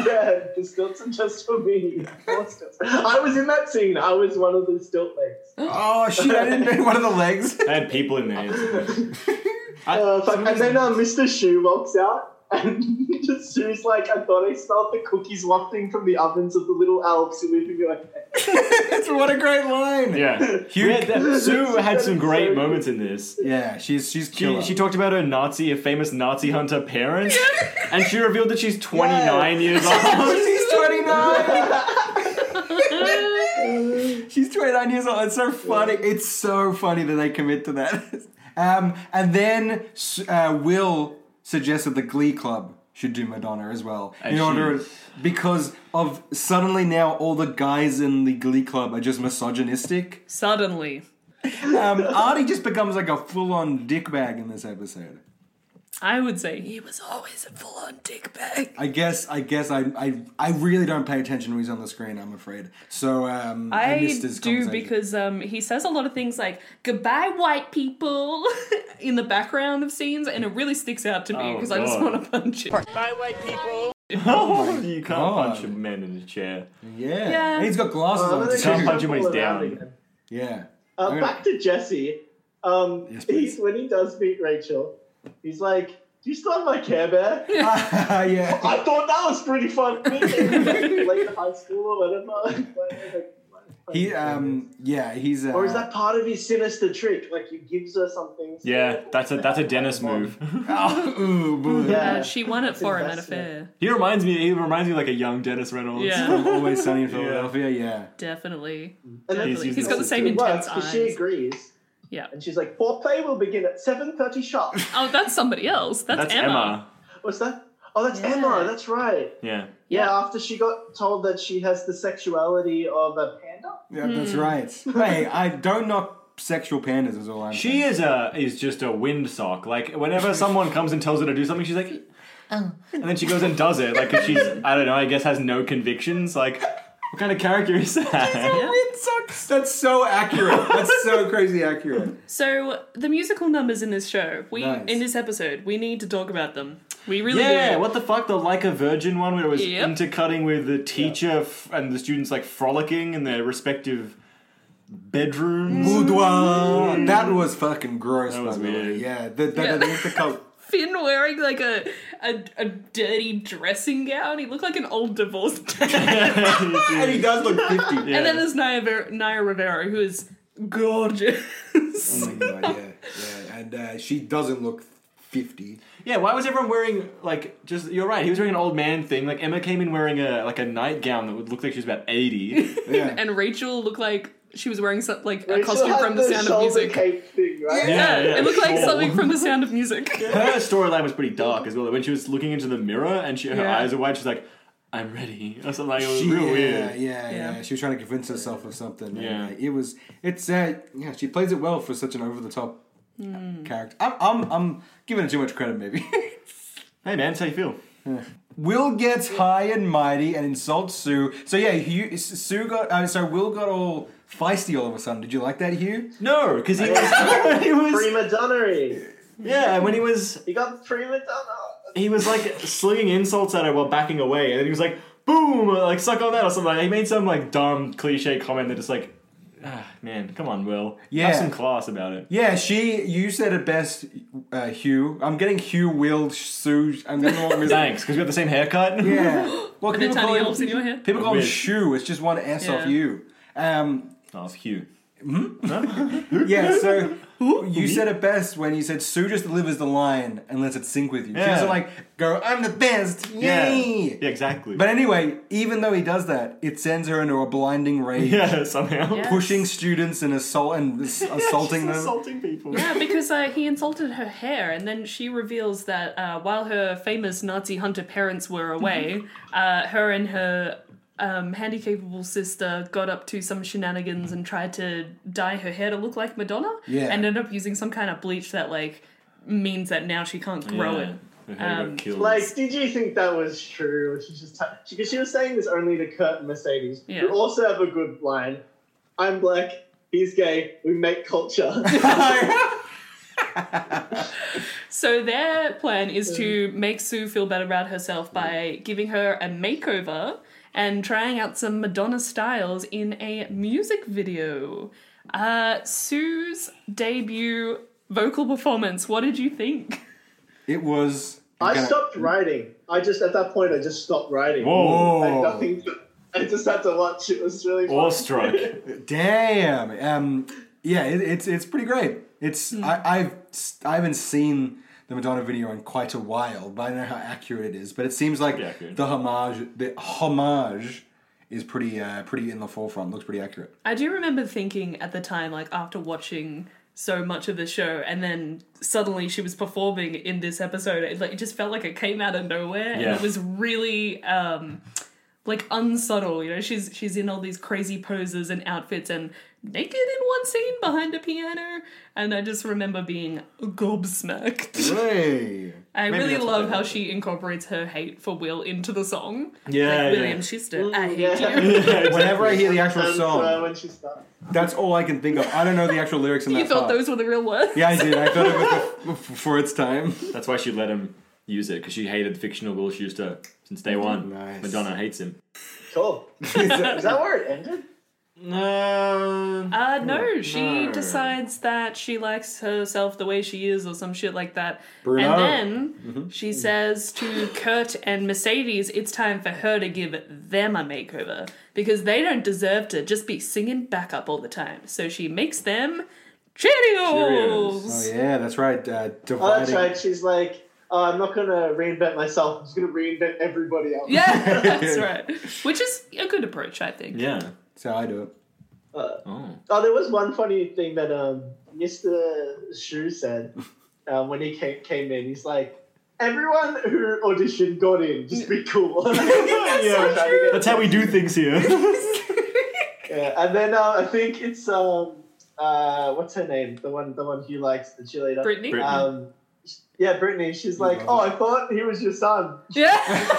Speaker 6: yeah, the stilts are just for me. Four stilts. I was in that scene. I was one of the stilt legs.
Speaker 2: Oh shit! I didn't know one of the legs.
Speaker 3: I had people in there. I-
Speaker 6: Uh, fuck, and then uh, Mr. Shoe walks out, and just Sue's like, I thought I smelled the cookies wafting from the ovens of the little elves who live in your
Speaker 2: That's what a great line.
Speaker 3: Yeah,
Speaker 2: Hugh-
Speaker 3: We had that- Sue had some great moments in this.
Speaker 2: Yeah, she's she's
Speaker 3: She,
Speaker 2: killer.
Speaker 3: she talked about her Nazi, her famous Nazi hunter parents, and she revealed that she's 29 years old.
Speaker 2: she's twenty nine. she's twenty nine years old. It's so funny. It's so funny that they commit to that. Um, and then uh, Will suggests that the Glee Club should do Madonna as well in
Speaker 3: she-
Speaker 2: order because of suddenly now all the guys in the Glee Club are just misogynistic.
Speaker 1: Suddenly.
Speaker 2: Um, Artie just becomes like a full-on dickbag in this episode.
Speaker 1: I would say he was always a full on dick bag.
Speaker 2: I guess, I guess, I, I, I really don't pay attention when he's on the screen. I'm afraid. So um, I,
Speaker 1: I,
Speaker 2: missed his
Speaker 1: do
Speaker 2: conversation.
Speaker 1: because um, he says a lot of things like "goodbye, white people" in the background of scenes, and it really sticks out to me
Speaker 3: Oh,
Speaker 1: because I just
Speaker 3: God.
Speaker 1: want to punch it.
Speaker 3: Oh you can't
Speaker 2: God.
Speaker 3: punch a man in a chair.
Speaker 2: yeah,
Speaker 1: Yeah.
Speaker 2: And he's got glasses
Speaker 6: Uh,
Speaker 2: on.
Speaker 6: then
Speaker 2: Too.
Speaker 6: they
Speaker 3: Can't
Speaker 6: just
Speaker 3: punch him when he's
Speaker 6: shuffle around
Speaker 3: down.
Speaker 6: again.
Speaker 2: yeah,
Speaker 6: Uh,
Speaker 2: Okay.
Speaker 6: Back to Jesse. Um,
Speaker 2: Yes, please.
Speaker 6: he's, when he does meet Rachel, he's like, "Do you still have my Care Bear?"
Speaker 2: yeah.
Speaker 6: I thought that was pretty fun. Late high school or whatever.
Speaker 2: He, um, yeah, he's. Uh,
Speaker 6: or is that part of his sinister trick? Like he gives her something. so-
Speaker 3: Yeah, that's a that's a Dennis move.
Speaker 2: Oh, ooh, boo.
Speaker 6: Yeah.
Speaker 1: Uh, she won it for him at a
Speaker 6: investment.
Speaker 1: fair.
Speaker 3: He reminds me. He reminds me like a young Dennis Reynolds.
Speaker 1: Yeah,
Speaker 2: Always sunny in Philadelphia. Yeah.
Speaker 1: definitely.
Speaker 6: And then
Speaker 3: He's
Speaker 1: Definitely.
Speaker 3: using
Speaker 1: He's got the
Speaker 3: this
Speaker 1: same
Speaker 3: to-
Speaker 6: it works
Speaker 1: intense
Speaker 6: because she
Speaker 1: eyes.
Speaker 6: agrees.
Speaker 1: Yeah.
Speaker 6: And she's like, "Foreplay will begin at seven thirty sharp."
Speaker 1: Oh, that's somebody else. That's,
Speaker 3: That's Emma.
Speaker 1: Emma.
Speaker 6: What's that? Oh, that's
Speaker 1: Yeah.
Speaker 6: Emma. That's right.
Speaker 3: Yeah,
Speaker 6: Yeah.
Speaker 1: Yeah.
Speaker 6: After she got told that she has the sexuality of a panda.
Speaker 2: yeah,
Speaker 1: Hmm.
Speaker 2: that's right. Hey, I don't knock sexual pandas. Is all I'm. saying.
Speaker 3: she is a is just a windsock. Like whenever someone comes and tells her to do something, she's like, oh, and then she goes and does it. Like 'cause she's I don't know. I guess has no convictions. Like what kind of character is that?
Speaker 2: That's so- That's so accurate. That's so crazy accurate.
Speaker 1: So the musical numbers in this show, we
Speaker 2: Nice.
Speaker 1: in this episode, we need to talk about them. We really
Speaker 3: Yeah,
Speaker 1: do.
Speaker 3: what the fuck? The like a virgin one where it was
Speaker 1: Yep.
Speaker 3: intercutting with the teacher f- and the students like frolicking in their respective
Speaker 1: Mm.
Speaker 3: bedrooms.
Speaker 2: Boudoir. That was fucking gross.
Speaker 3: was
Speaker 2: by the way.
Speaker 3: weird.
Speaker 2: Yeah, the the,
Speaker 1: Yeah.
Speaker 2: the, intercut.
Speaker 1: Finn wearing like a, a a dirty dressing gown. He looked like an old divorced dad.
Speaker 2: and he does look fifty.
Speaker 3: Yeah.
Speaker 1: And then there's Naya, Ver- Naya Rivera, who is gorgeous.
Speaker 2: Oh my god, yeah, yeah, and uh, she doesn't look fifty.
Speaker 3: Yeah, why was everyone wearing like just? You're right. He was wearing an old man thing. Like Emma came in wearing a like a nightgown that would look like she was about eighty.
Speaker 2: Yeah,
Speaker 1: and Rachel looked like she was wearing some, like a
Speaker 6: Rachel
Speaker 1: costume
Speaker 6: had
Speaker 1: from The Sound of
Speaker 6: shoulder
Speaker 1: Music.
Speaker 6: cape thing, right?
Speaker 3: Yeah, yeah,
Speaker 1: it looked like
Speaker 3: sure.
Speaker 1: something from The Sound of Music.
Speaker 3: her storyline was pretty dark as well. When she was looking into the mirror and she, her
Speaker 1: Yeah.
Speaker 3: eyes are wide, she's like, "I'm ready." Or something like it was
Speaker 2: she,
Speaker 3: real
Speaker 2: yeah,
Speaker 3: weird.
Speaker 2: Yeah, yeah,
Speaker 1: Yeah.
Speaker 2: She was trying to convince herself of something.
Speaker 3: Yeah.
Speaker 2: and, uh, it was. It's uh, yeah. She plays it well for such an over the top
Speaker 1: Hmm.
Speaker 2: character. I'm, I'm, I'm giving it too much credit, maybe.
Speaker 3: Hey man, that's how you feel.
Speaker 2: Will gets high and mighty and insults Sue. So yeah, Hugh, Sue got. Uh, so Will got all feisty all of a sudden. Did you like that, Hugh?
Speaker 3: No, because he was, he was
Speaker 6: Prima donnery.
Speaker 3: yeah. When he was
Speaker 6: You got prima donna.
Speaker 3: he was like slinging insults at her while backing away, and then he was like, "Boom!" or, like suck on that or something. He made some like dumb cliche comment that just like, ah, man, come on, Will,
Speaker 2: Yeah.
Speaker 3: have some class about it.
Speaker 2: Yeah, she. You said it best, uh, Hugh. I'm getting Hugh, Will, Sue. I'm getting all mixed.
Speaker 3: Thanks, because we got the same haircut.
Speaker 2: Yeah. Well,
Speaker 1: The
Speaker 2: people call
Speaker 1: tiny
Speaker 2: him,
Speaker 1: elves in your head.
Speaker 2: people call him
Speaker 3: Weird.
Speaker 2: Shoe. It's just one S off
Speaker 1: Yeah.
Speaker 2: you. Um,
Speaker 3: Oh, it's Hugh.
Speaker 2: yeah, so you said it best when you said Sue just delivers the line and lets it sync with you. She
Speaker 3: Yeah.
Speaker 2: doesn't like go, I'm the best. Yay.
Speaker 3: yeah exactly.
Speaker 2: But anyway, even though he does that, it sends her into a blinding rage,
Speaker 3: yeah, somehow
Speaker 1: Yeah.
Speaker 2: pushing students and assault and ass- assaulting them.
Speaker 3: insulting people.
Speaker 1: Yeah, because uh, he insulted her hair, and then she reveals that uh, while her famous Nazi hunter parents were away, uh, her and her um, handicapable sister got up to some shenanigans and tried to dye her hair to look like Madonna.
Speaker 2: Yeah.
Speaker 1: And ended up using some kind of bleach that, like, means that now she can't grow it.
Speaker 3: Her hair
Speaker 1: Um,
Speaker 3: got killed.
Speaker 6: Like, did you think that was true? She just because she, was saying this only to Kurt and Mercedes,
Speaker 1: Yeah.
Speaker 6: who also have a good line. I'm black, he's gay, we make culture.
Speaker 1: So their plan is to make Sue feel better about herself by giving her a makeover and trying out some Madonna styles in a music video. Uh, Sue's debut vocal performance. What did you think?
Speaker 2: It was.
Speaker 6: I
Speaker 2: gonna-
Speaker 6: stopped writing. I just at that point I just stopped writing.
Speaker 3: Oh.
Speaker 6: I had
Speaker 2: Whoa!
Speaker 6: nothing. To, I just had to watch. It was really fun.
Speaker 3: Awestruck.
Speaker 2: Damn. Um, yeah, it, it's it's pretty great. It's
Speaker 3: Hmm.
Speaker 2: I, I've s- I haven't seen the Madonna video in quite a while, but I don't know how accurate it is. But it seems like
Speaker 3: Pretty accurate.
Speaker 2: the homage the homage is pretty uh, pretty in the forefront. Looks pretty accurate.
Speaker 1: I do remember thinking at the time, like after watching so much of the show, and then suddenly she was performing in this episode. It, like, it just felt like it came out of nowhere, and
Speaker 3: Yeah.
Speaker 1: it was really um, like unsubtle. You know, she's she's in all these crazy poses and outfits, and naked in one scene behind a piano. And I just remember being gobsmacked.
Speaker 2: Hey.
Speaker 1: I
Speaker 3: Maybe
Speaker 1: really
Speaker 3: that's what
Speaker 1: love
Speaker 3: they
Speaker 1: how
Speaker 3: want.
Speaker 1: she incorporates her hate for Will into the song.
Speaker 3: Yeah,
Speaker 1: like,
Speaker 3: yeah.
Speaker 1: William Schuster, I hate
Speaker 6: yeah.
Speaker 1: you.
Speaker 2: Whenever I hear the actual
Speaker 6: And, uh,
Speaker 2: song,
Speaker 6: when she starts.
Speaker 2: that's all I can think of. I don't know the actual lyrics in that
Speaker 1: you thought
Speaker 2: part.
Speaker 1: those were the real words?
Speaker 2: yeah, I did. I thought it was the- for its time.
Speaker 3: That's why she let him use it because she hated fictional Will Schuster since day one.
Speaker 2: Nice.
Speaker 3: Madonna hates him.
Speaker 6: Cool. Is that where it ended?
Speaker 3: No.
Speaker 1: Uh, no, she
Speaker 3: No.
Speaker 1: decides that she likes herself the way she is, or some shit like that.
Speaker 2: Bruno.
Speaker 1: And then she says to Kurt and Mercedes, it's time for her to give them a makeover because they don't deserve to just be singing back up all the time. So she makes them
Speaker 2: Oh
Speaker 1: Cheerios.
Speaker 2: yeah, that's right. Uh, dividing.
Speaker 6: Oh, that's right. She's like, oh, I'm not gonna reinvent myself. I'm just gonna reinvent everybody else.
Speaker 1: Yeah, that's right. Which is a good approach, I think.
Speaker 3: Yeah.
Speaker 2: That's how I do it.
Speaker 3: Oh.
Speaker 6: Oh, there was one funny thing that um, Mr. Shu said um, when he came, came in. He's like, everyone who auditioned got in. Just be cool.
Speaker 3: Yeah. That's how we do things here.
Speaker 6: Yeah, and then uh, I think it's um, uh, what's her name? The one, the one he likes, the cheerleader.
Speaker 1: Brittany?
Speaker 3: Brit-
Speaker 6: Um, yeah, Brittany. She's like,
Speaker 2: love
Speaker 6: oh, I thought he was your son.
Speaker 1: Yeah,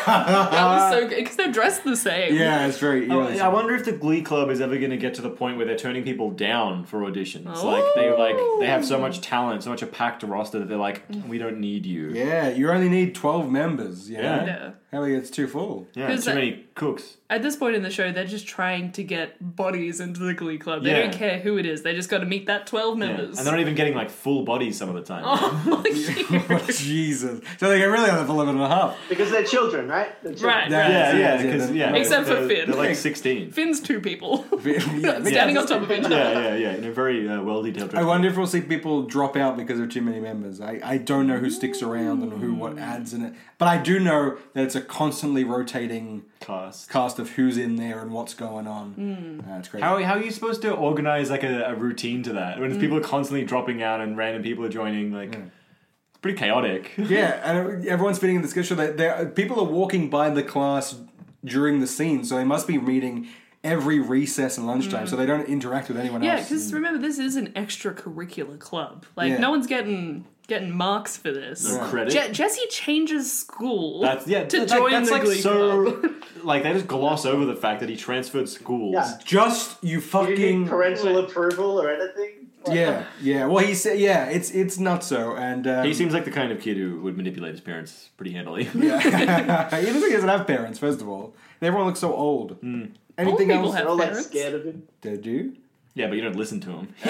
Speaker 1: that was so good because they're dressed the same.
Speaker 2: yeah, it's very. Yeah, it's-
Speaker 3: I wonder if the Glee Club is ever going to get to the point where they're turning people down for auditions. Like
Speaker 1: Oh.
Speaker 3: they like they have so much talent, so much a packed roster that they're like, we don't need you.
Speaker 2: yeah, you only need twelve members. You know?
Speaker 3: Yeah.
Speaker 1: Yeah.
Speaker 2: Hell yeah, it's too full.
Speaker 3: Yeah,
Speaker 1: Because
Speaker 3: too
Speaker 1: I-
Speaker 3: many cooks.
Speaker 1: at this point in the show, they're just trying to get bodies into the Glee Club. They
Speaker 3: Yeah.
Speaker 1: don't care who it is. They just got to meet that twelve
Speaker 3: Yeah.
Speaker 1: members.
Speaker 3: And they're not even getting like full bodies some of the time.
Speaker 1: Oh my God.
Speaker 2: Jesus. So they get really on the 11 and a half.
Speaker 6: Because they're children, right? They're children.
Speaker 1: Right.
Speaker 3: Yeah, yeah, because
Speaker 2: then-
Speaker 3: yeah,
Speaker 1: Except for
Speaker 3: they're-
Speaker 1: Finn.
Speaker 3: they're like sixteen.
Speaker 1: Finn's two people
Speaker 2: yeah, they-
Speaker 1: standing on top of each other.
Speaker 3: yeah, yeah, yeah, in a very uh, well detailed.
Speaker 2: I wonder if we'll see people drop out because of too many members. I, I don't know who sticks around and who what adds in it, but I do know that it's a constantly rotating
Speaker 3: cast.
Speaker 2: cast of who's in there and what's going on. Uh, it's crazy.
Speaker 3: How, how are you supposed to organize like a, a routine to that
Speaker 6: Mm.
Speaker 3: when people are constantly dropping out and random people are joining? Like, it's pretty chaotic.
Speaker 2: yeah, and everyone's fitting in the schedule. That there, people are walking by the class during the scene, so they must be meeting every recess and lunchtime, so they don't interact with anyone
Speaker 1: Mm. Yeah,
Speaker 2: else.
Speaker 1: because
Speaker 3: Mm.
Speaker 1: remember, this is an extracurricular club. Like
Speaker 2: Yeah.
Speaker 1: no one's getting getting marks for this.
Speaker 3: No credit.
Speaker 1: Je- Jesse changes school
Speaker 3: that's yeah.
Speaker 1: to
Speaker 3: that's
Speaker 1: join
Speaker 3: like, that's
Speaker 1: the
Speaker 3: like
Speaker 1: Glee Club.
Speaker 3: so. like they just gloss over the fact that he transferred schools.
Speaker 6: Yeah.
Speaker 2: Just you
Speaker 6: You
Speaker 2: fucking
Speaker 6: didn't need parental approval or anything. Like,
Speaker 2: Yeah, yeah. Well, he said, yeah, it's it's not so, and um,
Speaker 3: He seems like the kind of kid who would manipulate his parents pretty handily.
Speaker 2: he doesn't, he doesn't have parents. First of all, And everyone looks so old.
Speaker 3: Mm.
Speaker 1: Old
Speaker 2: Anything
Speaker 1: people
Speaker 2: else?
Speaker 6: They're
Speaker 1: have
Speaker 6: all like
Speaker 1: parents.
Speaker 6: scared of him.
Speaker 2: Did you?
Speaker 3: yeah, but you don't listen to him.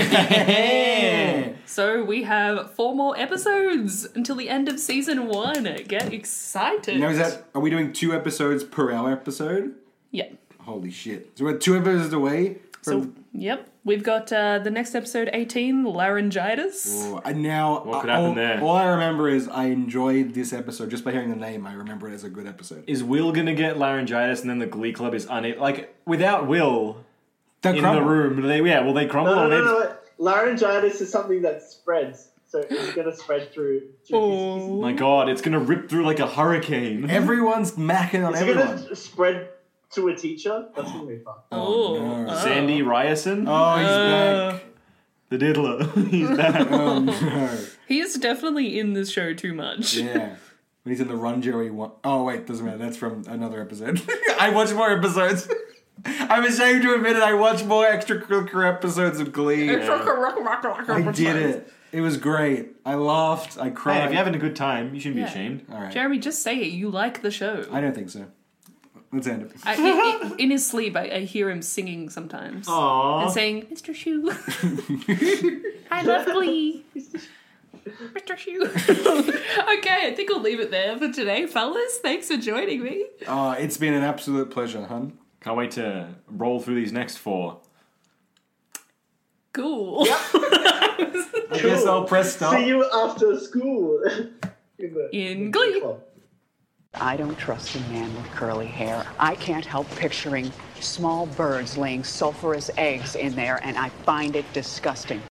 Speaker 1: So we have four more episodes until the end of season one. Get excited!
Speaker 2: Now is that are we doing two episodes per hour episode?
Speaker 1: yeah.
Speaker 2: Holy shit! So we're two episodes away.
Speaker 1: So
Speaker 2: From,
Speaker 1: yep, we've got uh, the next episode eighteen laryngitis.
Speaker 2: Oh, and now
Speaker 3: What could
Speaker 2: I-
Speaker 3: happen
Speaker 2: all,
Speaker 3: there?
Speaker 2: all I remember is I enjoyed this episode just by hearing the name. I remember it as a good episode.
Speaker 3: Is Will gonna get laryngitis and then the Glee Club is unable? Like without Will
Speaker 2: The
Speaker 3: in
Speaker 2: crumble.
Speaker 3: the room, they yeah, will they crumble?
Speaker 6: No, no,
Speaker 3: and
Speaker 6: no,
Speaker 3: it's-
Speaker 6: no. no. Laryngitis is something that spreads, so it's gonna spread through. through his-
Speaker 1: Oh,
Speaker 3: My God, it's gonna rip through like a hurricane.
Speaker 2: Everyone's macking on
Speaker 6: It's
Speaker 2: everyone.
Speaker 6: gonna spread to a teacher. That's gonna be fun.
Speaker 1: oh,
Speaker 2: no.
Speaker 3: Sandy Ryerson,
Speaker 2: Oh, he's
Speaker 1: Uh.
Speaker 2: back.
Speaker 3: the diddler, he's back.
Speaker 2: Oh no.
Speaker 1: he is definitely in this show too much.
Speaker 2: Yeah. When he's in the Run Jerry one. Oh, wait, doesn't matter. That's from another episode. I watch more episodes. I'm ashamed to admit it. I watched more extracurricular episodes of Glee. I did it. It was great. I laughed. I cried.
Speaker 3: Hey, if you're having a good time, you shouldn't
Speaker 1: Yeah.
Speaker 3: be ashamed.
Speaker 2: All right.
Speaker 1: Jeremy, just say it. You like the show.
Speaker 2: I don't think so. Let's end it.
Speaker 1: I, i- i- in his sleep, I, I hear him singing sometimes and
Speaker 3: Aww.
Speaker 1: saying, "Mr. Shoe, I love Glee." Mr. Shoe. okay, I think we'll leave it there for today, fellas. Thanks for joining me.
Speaker 2: Oh, it's been an absolute pleasure, hun.
Speaker 3: Can't wait to roll through these next four.
Speaker 1: Cool.
Speaker 2: I guess I'll press stop.
Speaker 6: See you after school. In the-
Speaker 1: In Glee.
Speaker 6: club.
Speaker 10: I don't trust a man with curly hair. I can't help picturing small birds laying sulfurous eggs in there, and I find it disgusting.